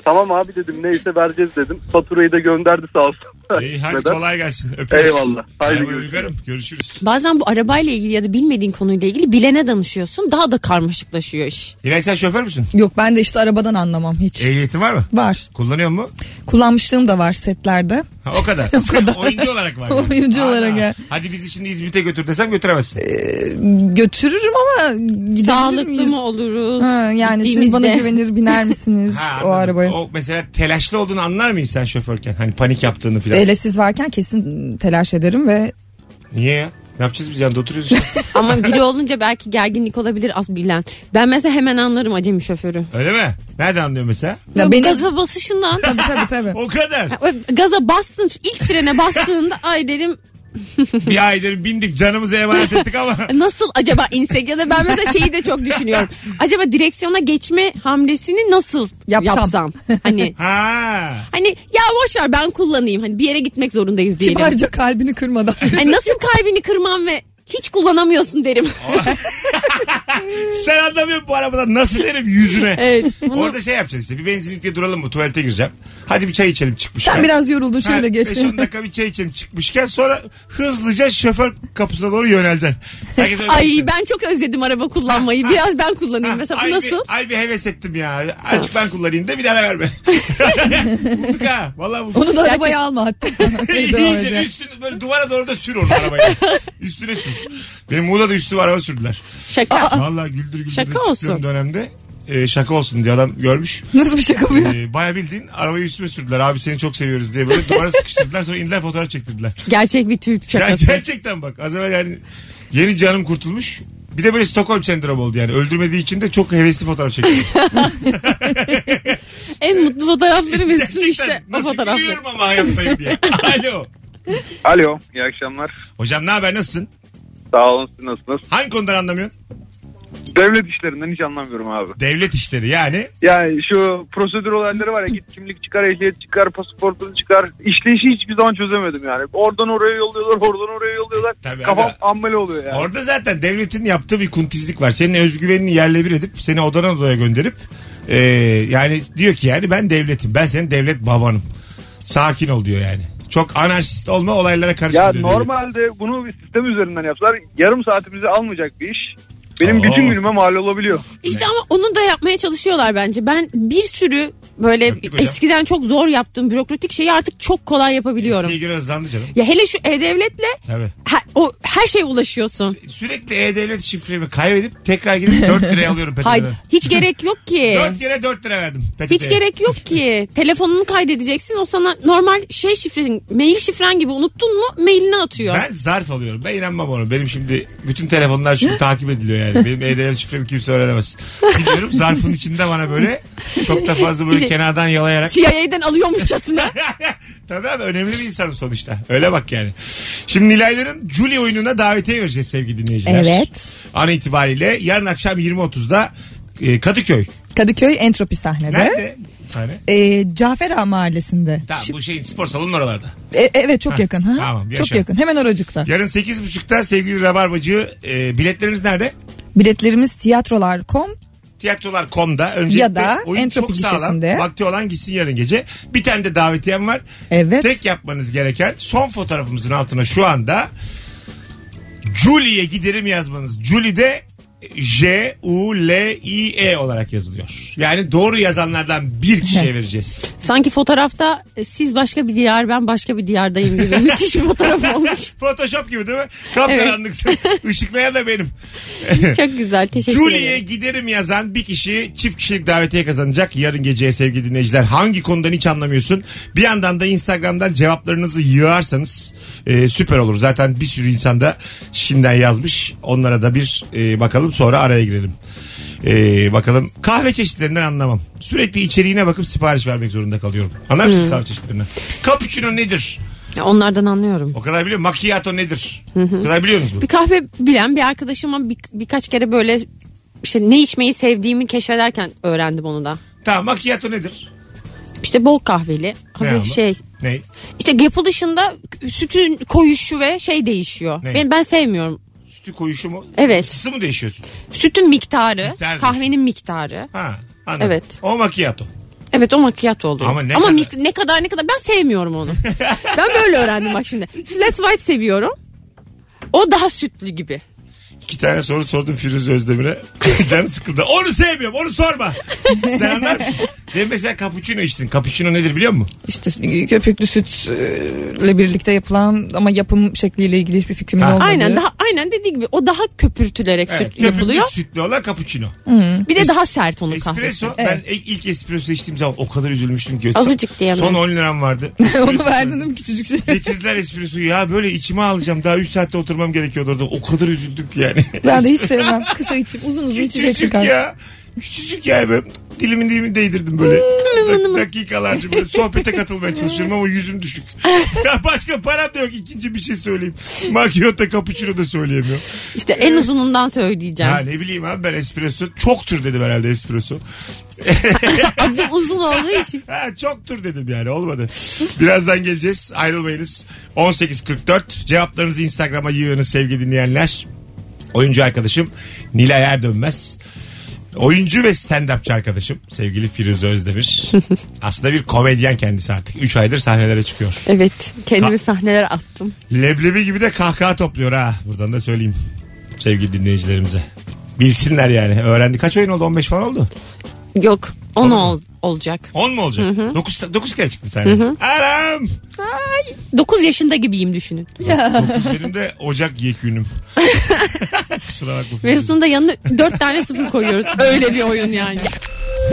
E: Tamam abi dedim neyse vereceğiz dedim. Faturayı da gönderdi sağ olsun.
B: İyi, hadi
E: Neden?
B: kolay gelsin. Öpüyoruz.
E: Eyvallah. Haydi
B: Merhaba
E: görüşürüz.
B: Uygar'ım. Görüşürüz.
C: bazen bu arabayla ilgili ya da bilmediğin konuyla ilgili bilene danışıyorsun. Daha da karmaşıklaşıyor iş.
B: İlay sen şoför müsün?
D: Yok ben de işte arabadan anlamam hiç.
B: Ehliyetin var mı?
D: var.
B: Kullanıyor mu?
D: Kullanmışlığım da var setlerde.
B: Ha, o kadar.
D: O kadar.
B: Oyuncu olarak var. yani.
D: Oyuncu olarak ya.
B: Hadi bizi şimdi İzmit'e götür desem götüremezsin.
D: Götürürüm ama gidebilir
C: Sağlıklı
D: miyiz?
C: mı oluruz?
D: Ha, yani siz
C: Gittiğimizde.
D: bana güvenir biner misiniz
B: Ha,
D: o
B: anladım.
D: arabaya?
B: O mesela telaşlı olduğunu anlar mıyız sen şoförken? Hani panik yaptığını filan.
D: Hele siz varken kesin telaş ederim ve
B: Niye ya? Ne yapacağız biz yanında oturuyoruz işte.
C: Ama biri olunca belki gerginlik olabilir az bilen. Ben mesela hemen anlarım acemi şoförü.
B: Öyle mi? Nereden anlıyor mesela?
D: Ya
C: Ya
D: beni-
C: Gaza basışından.
D: tabii tabii tabii.
B: O kadar.
C: Gaza bastın ilk frene bastığında ay derim
B: bir aydır bindik canımızı emanet ettik ama.
C: nasıl acaba insek ya da ben mesela şeyi de çok düşünüyorum. Acaba direksiyona geçme hamlesini nasıl
D: Yapsam.
C: yapsam? Hani
B: Ha.
C: hani ya boş ver ben kullanayım. Hani bir yere gitmek zorundayız diyelim.
D: Kibarca kalbini kırmadan.
C: Hani nasıl kalbini kırmam ve hiç kullanamıyorsun derim.
B: Sen anlamıyorsun bu arabadan nasıl derim yüzüne.
C: evet. Bunu
B: Orada şey yapacağız işte bir benzinlikte duralım mı tuvalete gireceğim. Hadi bir çay içelim çıkmışken.
D: Sen biraz yoruldun şöyle
B: Ha,
D: geç.
B: 5-10 dakika bir çay içelim çıkmışken sonra hızlıca şoför kapısına doğru yöneleceksin. Herkes öyle
C: Ay
B: yapıyor.
C: ben çok özledim araba kullanmayı. Biraz ben kullanayım mesela.
B: ay Bir,
C: Bu nasıl?
B: ay bir heves ettim ya. Açık ben kullanayım da bir daha verme. bulduk ha. Vallahi bulduk.
D: Onu da arabaya alma hatta. Öyle devam
B: İyice
D: ediyor.
B: üstüne böyle duvara doğru da sür onu arabayı. Üstüne sür. Benim Muğla'da üstü var araba sürdüler.
C: Şaka.
B: Vallahi güldür güldür
C: Ah, Şaka
B: çıktığım
C: olsun.
B: dönemde e, şaka olsun diye adam görmüş.
D: Nasıl bir şey şaka bu ya?
B: E, Baya bildiğin arabayı üstüme sürdüler. Abi seni çok seviyoruz diye böyle duvara sıkıştırdılar. Sonra indiler fotoğraf çektirdiler.
C: Gerçek bir Türk
B: Yani
C: şakası.
B: gerçekten bak az evvel yani yeni canım kurtulmuş. Bir de böyle Stockholm sendromu oldu yani. Öldürmediği için de çok hevesli fotoğraf çekti.
C: En mutlu fotoğrafları Mesut'un
B: Gerçekten
C: işte o
B: nasıl
C: fotoğrafları.
B: gülüyorum ama hayattayım diye. Alo.
E: Alo iyi akşamlar.
B: Hocam ne haber nasılsın?
E: Sağ olun siz nasılsınız?
B: Hangi konudan anlamıyorsun?
E: Devlet işlerinden hiç anlamıyorum abi.
B: Devlet işleri yani.
E: Yani şu prosedür olayları var ya git kimlik çıkar, ehliyet çıkar, pasaportun çıkar. İşleyişi hiçbir zaman çözemedim yani. Oradan oraya yolluyorlar, oradan oraya yolluyorlar.
B: Tabii
E: Kafam
B: abi.
E: ammele oluyor yani.
B: Orada zaten devletin yaptığı bir kuntizlik var. Senin özgüvenini yerle bir edip seni odadan odaya gönderip e, yani diyor ki yani ben devletim. Ben senin devlet babanım. Sakin ol diyor yani. Çok anarşist olma olaylara karışma
E: ya
B: diyor devlet.
E: normalde bunu bir sistem üzerinden yapsalar yarım saatimizi almayacak bir iş. Benim
B: Oo.
E: bütün günüme mal olabiliyor.
C: İşte ama onu da yapmaya çalışıyorlar bence. Ben bir sürü böyle
B: Öptük hocam.
C: eskiden çok zor yaptığım bürokratik şeyi artık çok kolay yapabiliyorum.
B: Eskiye göre hızlandı canım.
C: Ya hele şu e-devletle
B: Tabii.
C: her, o her şeye ulaşıyorsun.
B: Sürekli E-Devlet şifremi kaybedip tekrar girip 4 liraya alıyorum
C: Hayır,
B: petrolü.
C: hiç gerek yok ki.
B: 4 kere 4 lira verdim.
C: E. Hiç
B: PTT'ye.
C: gerek yok ki. Telefonunu kaydedeceksin. O sana normal şey şifren, mail şifren gibi unuttun mu mailini atıyor.
B: Ben zarf alıyorum. Ben inanmam ona. Benim şimdi bütün telefonlar şimdi takip ediliyor yani. Benim e-devlet şifremi kimse öğrenemez. Gidiyorum zarfın içinde bana böyle çok da fazla böyle
C: İşte-
B: kenardan yalayarak.
C: CIA'den alıyormuşçasına.
B: Tabii abi önemli bir insanım sonuçta. Öyle bak yani. Şimdi Nilayların Julie oyununa davetiye vereceğiz sevgili dinleyiciler.
D: Evet.
B: An itibariyle yarın akşam 20.30'da e, Kadıköy.
D: Kadıköy Entropi sahnede.
B: Nerede? Hani?
D: Ee, Cafer Ağa mahallesinde.
B: Tamam bu şeyin spor salonunun oralarda.
D: E- evet çok yakın. Ha?
B: tamam, yaşa.
D: çok yakın. Hemen oracıkta.
B: Yarın 8.30'da sevgili Rabarbacı e, biletlerimiz nerede?
D: Biletlerimiz tiyatrolar.com.
B: Tiyatrolar.com'da öncelikle
D: Ya da
B: oyun çok
D: Entropi
B: sağlam.
D: gişesinde.
B: Vakti olan gitsin yarın gece. Bir tane de davetiyem var.
D: Evet.
B: Tek yapmanız gereken son fotoğrafımızın altına şu anda Julie'ye giderim yazmanız. Julie'de J U L I E olarak yazılıyor. Yani doğru yazanlardan bir kişiye vereceğiz.
C: Sanki fotoğrafta e, siz başka bir diyar ben başka bir diyardayım gibi müthiş bir fotoğraf olmuş.
B: Photoshop gibi değil mi? Kapkaranlıksın. Işıklayan da benim.
C: Çok güzel teşekkür
B: Julie'ye
C: ederim.
B: giderim yazan bir kişi çift kişilik davetiye kazanacak. Yarın geceye sevgili dinleyiciler hangi konudan hiç anlamıyorsun. Bir yandan da Instagram'dan cevaplarınızı yığarsanız e, süper olur. Zaten bir sürü insan da şimdiden yazmış. Onlara da bir e, bakalım sonra araya girelim. Ee, bakalım kahve çeşitlerinden anlamam. Sürekli içeriğine bakıp sipariş vermek zorunda kalıyorum. Anlar mısınız kahve çeşitlerinden? Cappuccino nedir?
C: Ya Onlardan anlıyorum.
B: O kadar biliyor musun? Macchiato nedir? O kadar biliyor musunuz?
C: Bir kahve bilen bir arkadaşıma bir, birkaç kere böyle işte ne içmeyi sevdiğimi keşfederken öğrendim onu da.
B: Tamam macchiato nedir?
C: İşte bol kahveli.
B: ama?
C: Hafif şey.
B: Ne?
C: İşte gepo dışında sütün koyuşu ve şey değişiyor.
B: Ne?
C: Ben, ben sevmiyorum.
B: Sütü koyuşu mu?
C: Evet.
B: Sısı mı değişiyor süt?
C: Sütün miktarı,
B: Miktar
C: kahvenin miktarı.
B: Ha anladım.
C: Evet.
B: O macchiato.
C: Evet o makyat oluyor.
B: Ama
C: Ama,
B: ne
C: ne,
B: kadar?
C: mik- ne kadar ne kadar ben sevmiyorum onu. ben böyle öğrendim bak şimdi. Flat white seviyorum. O daha sütlü gibi.
B: İki tane soru sordum Firuze Özdemir'e. Canı sıkıldı. Onu sevmiyorum onu sorma. Sen anlar mısın? Demin mesela cappuccino içtin. Cappuccino nedir biliyor musun?
D: İşte e, köpüklü sütle birlikte yapılan ama yapım şekliyle ilgili hiçbir fikrimin
B: Ha.
D: olmadığı.
C: Aynen daha aynen dediği gibi o daha köpürtülerek
B: Evet,
C: süt
B: köpüklü
C: yapılıyor.
B: sütlü olan cappuccino.
C: Bir de daha sert onun kahvesi.
B: Espresso.
D: Evet.
B: Ben ilk, ilk espresso içtiğim zaman o kadar üzülmüştüm ki.
C: Azıcık diye mi?
B: Son 10 liram vardı.
D: Onu verdin mi küçücük şey?
B: Getirdiler espressoyu ya böyle içime alacağım. Daha 3 saatte oturmam gerekiyordu orada. O kadar üzüldüm ki yani.
D: Ben de hiç sevmem. Kısa içip uzun uzun içeceksin
B: Küçücük
D: kanka.
B: ya. Küçücük ya böyle dilimin dilimi değdirdim böyle. Dak- dakikalarca böyle sohbete katılmaya çalışıyorum ama yüzüm düşük. ya başka param da yok ikinci bir şey söyleyeyim. Macchiato cappuccino da söyleyemiyorum.
C: İşte en uzunundan söyleyeceğim.
B: Ya ne bileyim abi ben espresso çoktur dedim herhalde espresso.
C: Adı uzun olduğu için.
B: Ha, çoktur dedim yani olmadı. Birazdan geleceğiz ayrılmayınız. 18.44 cevaplarınızı Instagram'a yığınız sevgili dinleyenler. Oyuncu arkadaşım Nilay Erdönmez. Oyuncu ve stand-upçı arkadaşım sevgili Firuze Özdemir. Aslında bir komedyen kendisi artık. 3 aydır sahnelere çıkıyor.
C: Evet kendimi sahnelere attım.
B: Leblebi gibi de kahkaha topluyor ha. Buradan da söyleyeyim sevgili dinleyicilerimize. Bilsinler yani. Öğrendi. Kaç oyun oldu? 15 falan oldu.
C: Yok 10 ol, olacak.
B: 10 mu olacak? 9, 9 kere çıktın sen. Aram!
C: 9 yaşında gibiyim düşünün.
B: Benim de Ocak yekünüm. Kusura bakma.
C: Mesut'un da yanına 4 tane sıfır koyuyoruz. Öyle bir oyun yani.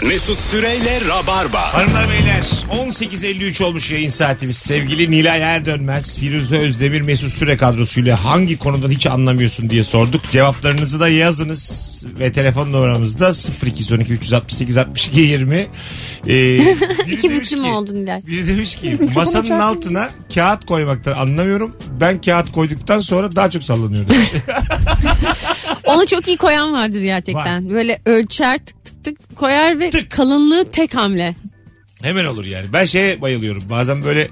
A: Mesut Süreyle Rabarba.
B: Hanımlar beyler 18.53 olmuş yayın saatimiz. Sevgili Nilay Erdönmez, Firuze Özdemir, Mesut Süre kadrosuyla hangi konudan hiç anlamıyorsun diye sorduk. Cevaplarınızı da yazınız ve telefon numaramız da 0212 368 62 20. Ee, biri
C: İki
B: demiş
C: biçim
B: ki-
C: oldu Nilay.
B: Biri demiş ki masanın
D: açarsın.
B: altına kağıt koymaktan anlamıyorum. Ben kağıt koyduktan sonra daha çok sallanıyorum. demiş.
C: Onu çok iyi koyan vardır gerçekten. Böyle ölçer tık tık tık koyar ve
B: Tık.
C: kalınlığı tek hamle.
B: Hemen olur yani. Ben şeye bayılıyorum. Bazen böyle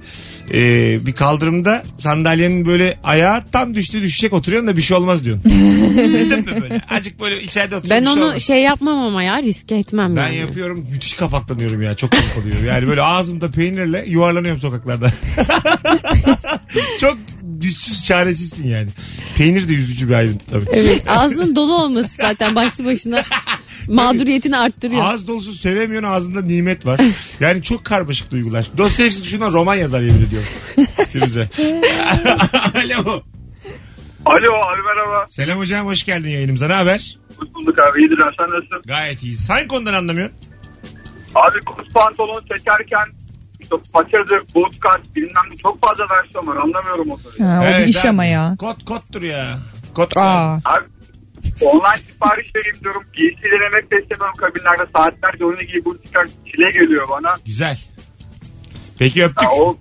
B: e, bir kaldırımda sandalyenin böyle ayağı tam düştü düşecek oturuyorsun da bir şey olmaz diyorsun. Bildin mi böyle? Azıcık böyle içeride oturuyorsun.
C: Ben
B: bir şey
C: onu
B: olmaz.
C: şey yapmam ama ya riske etmem
B: ben
C: yani.
B: yapıyorum müthiş kapaklanıyorum ya çok komik oluyor. Yani böyle ağzımda peynirle yuvarlanıyorum sokaklarda. çok güçsüz çaresizsin yani. Peynir de yüzücü bir ayrıntı tabii.
C: Evet, ağzının dolu olması zaten başlı başına mağduriyetini arttırıyor.
B: Ağız dolusu sevemiyorsun ağzında nimet var. Yani çok karmaşık duygular. Dostoyevski düşünün roman yazar yemin ediyorum. Firuze. Alo.
E: Alo abi merhaba.
B: Selam hocam hoş geldin yayınımıza. Ne haber?
E: Hoş bulduk abi. İyidir abi. Sen nasılsın?
B: Gayet iyiyiz. Hangi konudan anlamıyorsun?
E: Abi kurs pantolon çekerken işte paçadır, bot kart bilmem ne çok fazla versiyon var. Anlamıyorum onları.
D: Ha, o bir
B: Evet
D: iş
B: abi.
D: ama ya.
B: Kot kottur ya. Kot.
D: Aa.
E: Abi online sipariş vereyim diyorum. Giysi denemek de istemiyorum kabinlerde. Saatlerce onunla ilgili bu çıkar çile geliyor bana.
B: Güzel. Peki öptük.
E: Ya o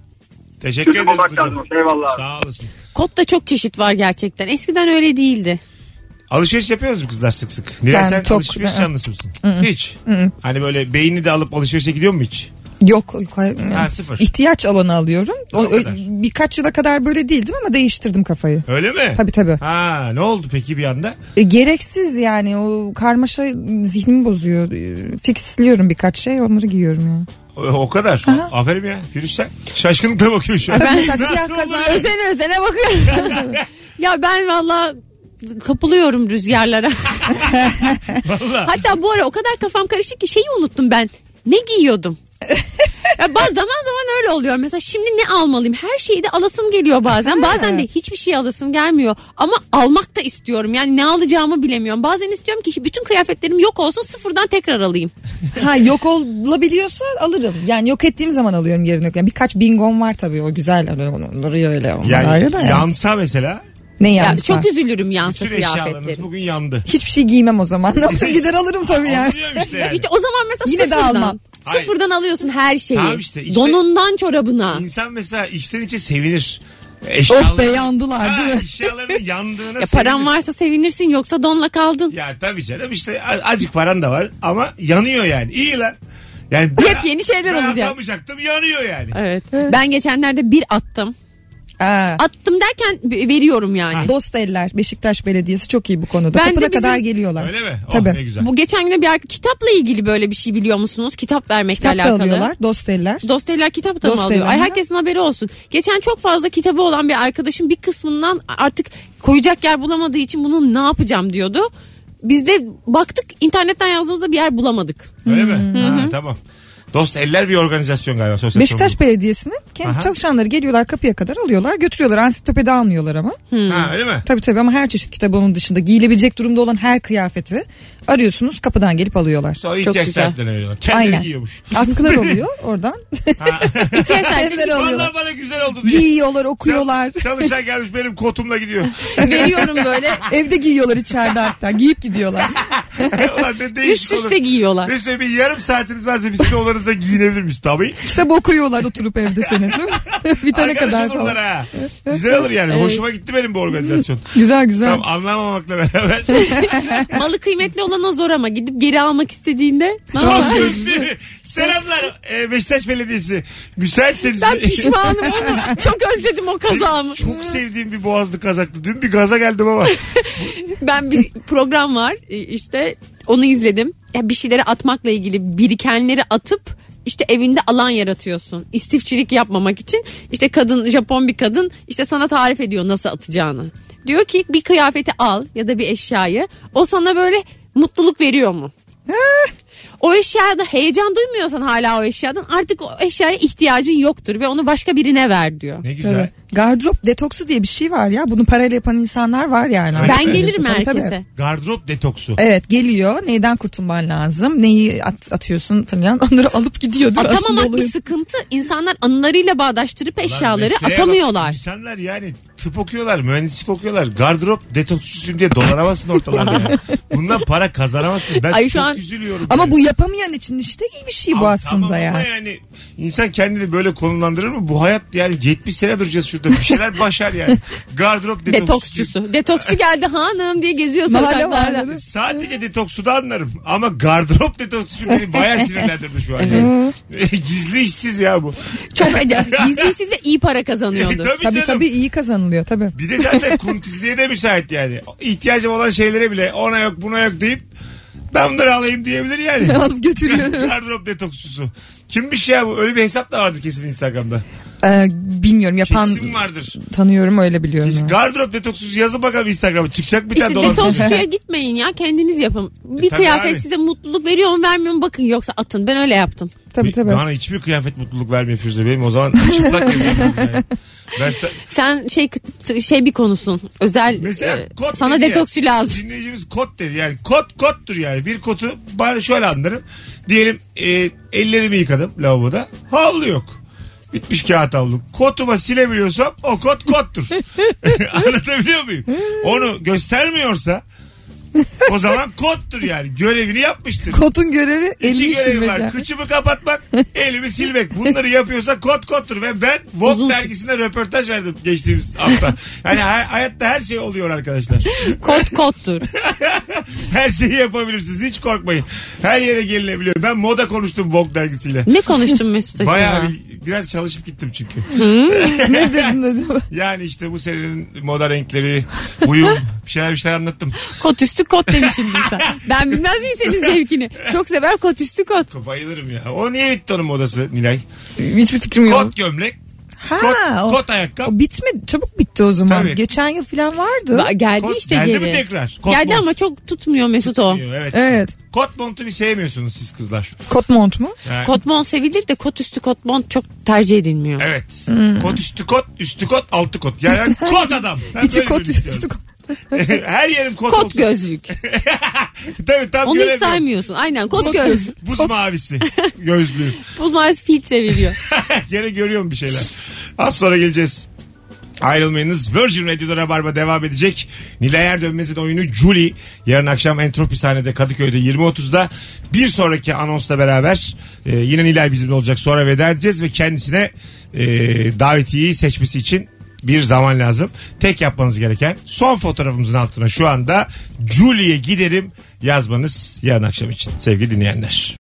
B: Teşekkür
E: Çözüme
B: ederiz.
E: bakacağız.
B: hocam.
E: Eyvallah.
B: Sağ olasın.
C: Kotta çok çeşit var gerçekten. Eskiden öyle değildi.
B: Alışveriş yapıyoruz mu kızlar sık sık? Nilay
D: Ben
B: sen
D: çok-
B: alışveriş
D: Hı-hı.
B: canlısı mısın? Hiç. Hani böyle beynini de alıp alışverişe gidiyor mu hiç?
D: Yok yukarı.
B: Ha, sıfır.
D: İhtiyaç alanı alıyorum. O,
B: O kadar.
D: ö- birkaç yıla kadar böyle değildim ama değiştirdim kafayı.
B: Öyle mi?
D: Tabii tabii.
B: Ha ne oldu peki bir anda?
D: E, gereksiz yani o karmaşa zihnimi bozuyor. E, Fixliyorum birkaç şey onları giyiyorum ya.
B: O, o kadar. Aferin ya. Firuş sen. Şaşkınlıkla bakıyor şu an.
D: Ben mesela
B: Nasıl
D: siyah
B: olur?
D: kazan
C: Özene özene bakıyorum. ya ben valla kapılıyorum rüzgarlara.
B: Valla.
C: Hatta bu ara o kadar kafam karışık ki şeyi unuttum ben. Ne giyiyordum? ya bazı zaman zaman öyle oluyor. Mesela şimdi ne almalıyım? Her şeyi de alasım geliyor bazen. Bazen de hiçbir şey alasım gelmiyor. Ama almak da istiyorum. Yani ne alacağımı bilemiyorum. Bazen istiyorum ki bütün kıyafetlerim yok olsun sıfırdan tekrar alayım.
D: Ha yok olabiliyorsa alırım. Yani yok ettiğim zaman alıyorum yerine. Yani birkaç bingom var tabii o güzel hani onları öyle onlar
B: Yani
D: ayrı da yani.
B: yansa mesela
D: Ne
C: Ya,
D: yansa.
C: çok üzülürüm yansa
B: Bütün eşyalarınız
C: kıyafetlerin.
B: bugün yandı.
D: Hiçbir şey giymem o zaman. Ne yapacağım gider alırım tabii yani.
B: Anlıyorum işte yani.
C: İşte o zaman mesela
D: Yine de
C: sıfırdan.
D: almam.
B: Hayır.
C: Sıfırdan alıyorsun her şeyi.
B: Tamam işte, işte-
C: Donundan çorabına.
B: İnsan mesela içten içe sevinir.
D: Oh be
B: Eşyaların,
D: yandılar
B: ha,
D: değil mi?
B: eşyaların yandığına
C: Ya paran
B: sevinir.
C: varsa sevinirsin yoksa donla kaldın.
B: Ya tabii canım işte a- azıcık paran da var ama yanıyor yani. İyi lan. Yani ben-
C: Hep yeni şeyler
B: ben
C: olacak.
B: atamayacaktım yanıyor yani.
C: Evet. Ben geçenlerde bir attım.
D: Ha.
C: Attım derken b- veriyorum yani.
D: Dost eller Beşiktaş Belediyesi çok iyi bu konuda.
C: Bence
D: Kapına
C: bizim-
D: kadar geliyorlar.
B: Öyle mi? Oh,
D: Tabii.
B: ne güzel.
C: Bu geçen gün bir ar- kitapla ilgili böyle bir şey biliyor musunuz? Kitap vermekle
D: Kitap da
C: alakalı.
D: alıyorlar dost eller.
C: Dosteller kitap da mı
D: Dosteller
C: alıyor? Ay
D: mi?
C: herkesin haberi olsun. Geçen çok fazla kitabı olan bir arkadaşım bir kısmından artık koyacak yer bulamadığı için bunu ne yapacağım diyordu. Biz de baktık internetten yazdığımızda bir yer bulamadık.
B: Öyle mi? Ha, tamam. Dost eller bir organizasyon galiba. Sosyal
D: Beşiktaş Belediyesi'nin kendi
B: Aha.
D: çalışanları geliyorlar kapıya kadar alıyorlar götürüyorlar ansiklopedi almıyorlar ama.
B: sorumluluğu. Ha, öyle mi?
D: Tabii tabii ama her çeşit kitabı onun dışında giyilebilecek durumda olan her kıyafeti arıyorsunuz kapıdan gelip alıyorlar.
B: Sonra ihtiyaç
C: güzel.
B: sahiplerine veriyorlar. Kendileri
D: Aynen.
B: giyiyormuş.
D: Askılar oluyor oradan.
C: İhtiyaç sahibi
D: Kendileri alıyorlar.
B: Vallahi bana güzel oldu diye.
D: Giyiyorlar okuyorlar.
B: Çalışan gelmiş benim kotumla gidiyor.
C: veriyorum böyle.
D: Evde giyiyorlar içeride hatta giyip gidiyorlar.
B: Ulan ne değişik
C: Üst
B: olur.
C: üste giyiyorlar.
B: Mesela bir yarım saatiniz varsa biz sizin olanızda giyinebilir miyiz? Tabii.
D: Kitabı okuyorlar oturup evde senin değil mi? Bitene
B: Arkadaş
D: kadar
B: olurlar
D: falan.
B: ha. Güzel olur yani. Hoşuma gitti benim bu organizasyon.
D: Güzel güzel.
B: Tam anlamamakla beraber.
C: Malı kıymetli olana zor ama gidip geri almak istediğinde. ne yapar?
B: Çok özlü. Selamlar e, Beşiktaş Belediyesi. Müsaitseniz.
C: Ben pişmanım ama çok özledim o kazamı.
B: Çok sevdiğim bir boğazlı kazaklı. Dün bir gaza geldim ama.
C: Ben bir program var e, işte onu izledim. Ya bir şeyleri atmakla ilgili birikenleri atıp işte evinde alan yaratıyorsun. İstifçilik yapmamak için işte kadın Japon bir kadın işte sana tarif ediyor nasıl atacağını. Diyor ki bir kıyafeti al ya da bir eşyayı o sana böyle mutluluk veriyor mu? O eşyada heyecan duymuyorsan hala o eşyadan artık o eşyaya ihtiyacın yoktur ve onu başka birine ver diyor.
B: Ne güzel.
D: Tabii. Gardırop detoksu diye bir şey var ya. Bunu parayla yapan insanlar var yani.
B: Ben
C: Ben gelirim
D: Tabii, tabii.
C: herkese.
B: Gardırop detoksu.
D: Evet geliyor. Neyden kurtulman lazım? Neyi at- atıyorsun falan. Onları alıp gidiyor. değil mi? Aslında
C: Atamamak
D: oluyor.
C: bir sıkıntı. İnsanlar anılarıyla bağdaştırıp
B: Lan
C: eşyaları
B: mesleğe bak.
C: atamıyorlar.
B: İnsanlar yani tıp okuyorlar, mühendislik okuyorlar. Gardırop detoksçüsüyüm diye dolanamazsın ortalarda. yani. Bundan para kazanamazsın. Ben
C: Ay şu
B: çok
C: an-
B: üzülüyorum.
D: Ama
B: yani.
D: bu yapamayan için işte iyi bir şey bu
B: Ama
D: aslında
B: tamam
D: ya.
B: Ama yani insan kendini böyle konumlandırır mı? Bu hayat yani 70 sene duracağız şurada. Bir şeyler başar yani. Gardırop detoksçusu.
C: Detoksçusu. Detoksçu geldi hanım diye geziyor
D: Mahalle
C: sokaklarda.
D: vardı.
B: Sadece detoksu da anlarım. Ama gardırop detoksu beni bayağı sinirlendirdi şu an. Yani. Gizli işsiz ya bu.
C: Çok acayip. Gizlisiz ve iyi para kazanıyordu.
B: tabii,
D: Tabii
B: canım.
D: tabii iyi kazanılıyor tabii.
B: Bir de zaten kuntizliğe de müsait yani. İhtiyacım olan şeylere bile ona yok buna yok deyip ben bunları alayım diyebilir yani.
D: Alıp götürüyor.
B: Gardırop detoksçusu. Kimmiş ya bu? Öyle bir hesap da vardı kesin Instagram'da.
D: Ee, bilmiyorum yapan
B: Kesin vardır.
D: tanıyorum öyle biliyorum.
B: Kesin
D: yani.
B: gardırop detoksusu yazın bakalım Instagram'a. Çıkacak bir tane
C: İşte
B: dolap.
C: detoksçuya gitmeyin ya kendiniz yapın. Bir
B: tabii
C: kıyafet
B: abi.
C: size mutluluk veriyor mu vermiyor mu bakın yoksa atın. Ben öyle yaptım.
D: Tabii
B: Bir-
D: tabii.
B: Bana hiçbir kıyafet mutluluk vermiyor Firuze benim. O zaman çıplak geziyorum yani. Ben sa-
C: Sen şey şey bir konusun. Özel
B: mesela
C: e,
B: kot
C: sana
B: dedi ya.
C: detoksçu lazım.
B: Dinleyicimiz kot dedi. Yani kot kottur yani. Bir kotu bana şöyle anlarım. Diyelim e, ellerimi yıkadım lavaboda. Havlu yok. Bitmiş kağıt havlu. Kotuma silebiliyorsam o kot kottur. Anlatabiliyor muyum? Onu göstermiyorsa o zaman kottur yani. Görevini yapmıştır.
D: Kotun görevi
B: İki
D: elini
B: görevi
D: silmek.
B: var.
D: yani.
B: Kıçımı kapatmak, elimi silmek. Bunları yapıyorsa kot kottur. Ve ben Vogue dergisine röportaj verdim geçtiğimiz hafta. Yani hay- hayatta her şey oluyor arkadaşlar.
C: Kot kottur.
B: Her şeyi yapabilirsiniz. Hiç korkmayın. Her yere gelinebiliyor. Ben moda konuştum Vogue dergisiyle.
C: ne konuştun Mesut acaba?
B: Bayağı bir- biraz çalışıp gittim çünkü.
D: ne dedin acaba?
B: Yani işte bu senenin moda renkleri, uyum, bir şeyler bir şeyler anlattım.
C: Kot üstü kot demişsin sen. Ben bilmez miyim senin zevkini? Çok sever kot üstü kot.
B: Bayılırım ya. O niye bitti onun modası Nilay?
D: Hiçbir fikrim yok.
B: Kot gömlek,
D: ha,
B: kot,
D: o,
B: kot ayakkabı.
D: o bitmedi. Çabuk bitti o zaman.
B: Tabii.
D: Geçen yıl falan vardı.
C: Ba- geldi
B: Kot-
C: işte
B: geldi
C: geri.
B: mi tekrar? Kot
C: geldi
B: mont.
C: ama çok tutmuyor Mesut o.
B: Evet.
D: Evet.
B: Kot montu bir sevmiyorsunuz siz kızlar.
D: Kot mont mu?
B: Yani-
C: Kot mont sevilir de kot üstü kot mont çok tercih edilmiyor.
B: Evet. Kot üstü kot, üstü kot, altı kot. Yani ben kot adam. Ben
D: İçi
B: böyle
D: kot
B: birini
D: üstü
B: istiyorum.
D: kot.
B: Her yerim kot,
C: Kot
B: olsun.
C: gözlük.
B: Tabii tam
C: Onu hiç
B: göremiyorum.
C: saymıyorsun. Aynen kot
D: Kot
C: göz.
D: gözlük.
B: Buz mavisi gözlüğü.
C: Buz mavisi filtre veriyor.
B: Gene görüyorum bir şeyler. Az sonra geleceğiz. Ayrılmayınız. Virgin Radio'da Rabarba devam edecek. Nilay Erdönmez'in oyunu Julie. Yarın akşam Entropi sahnede Kadıköy'de 20.30'da. Bir sonraki anonsla beraber e, yine Nilay bizimle olacak. Sonra veda edeceğiz ve kendisine e, davetiyeyi seçmesi için bir zaman lazım. Tek yapmanız gereken son fotoğrafımızın altına şu anda Julie'ye giderim yazmanız yarın akşam için sevgili dinleyenler.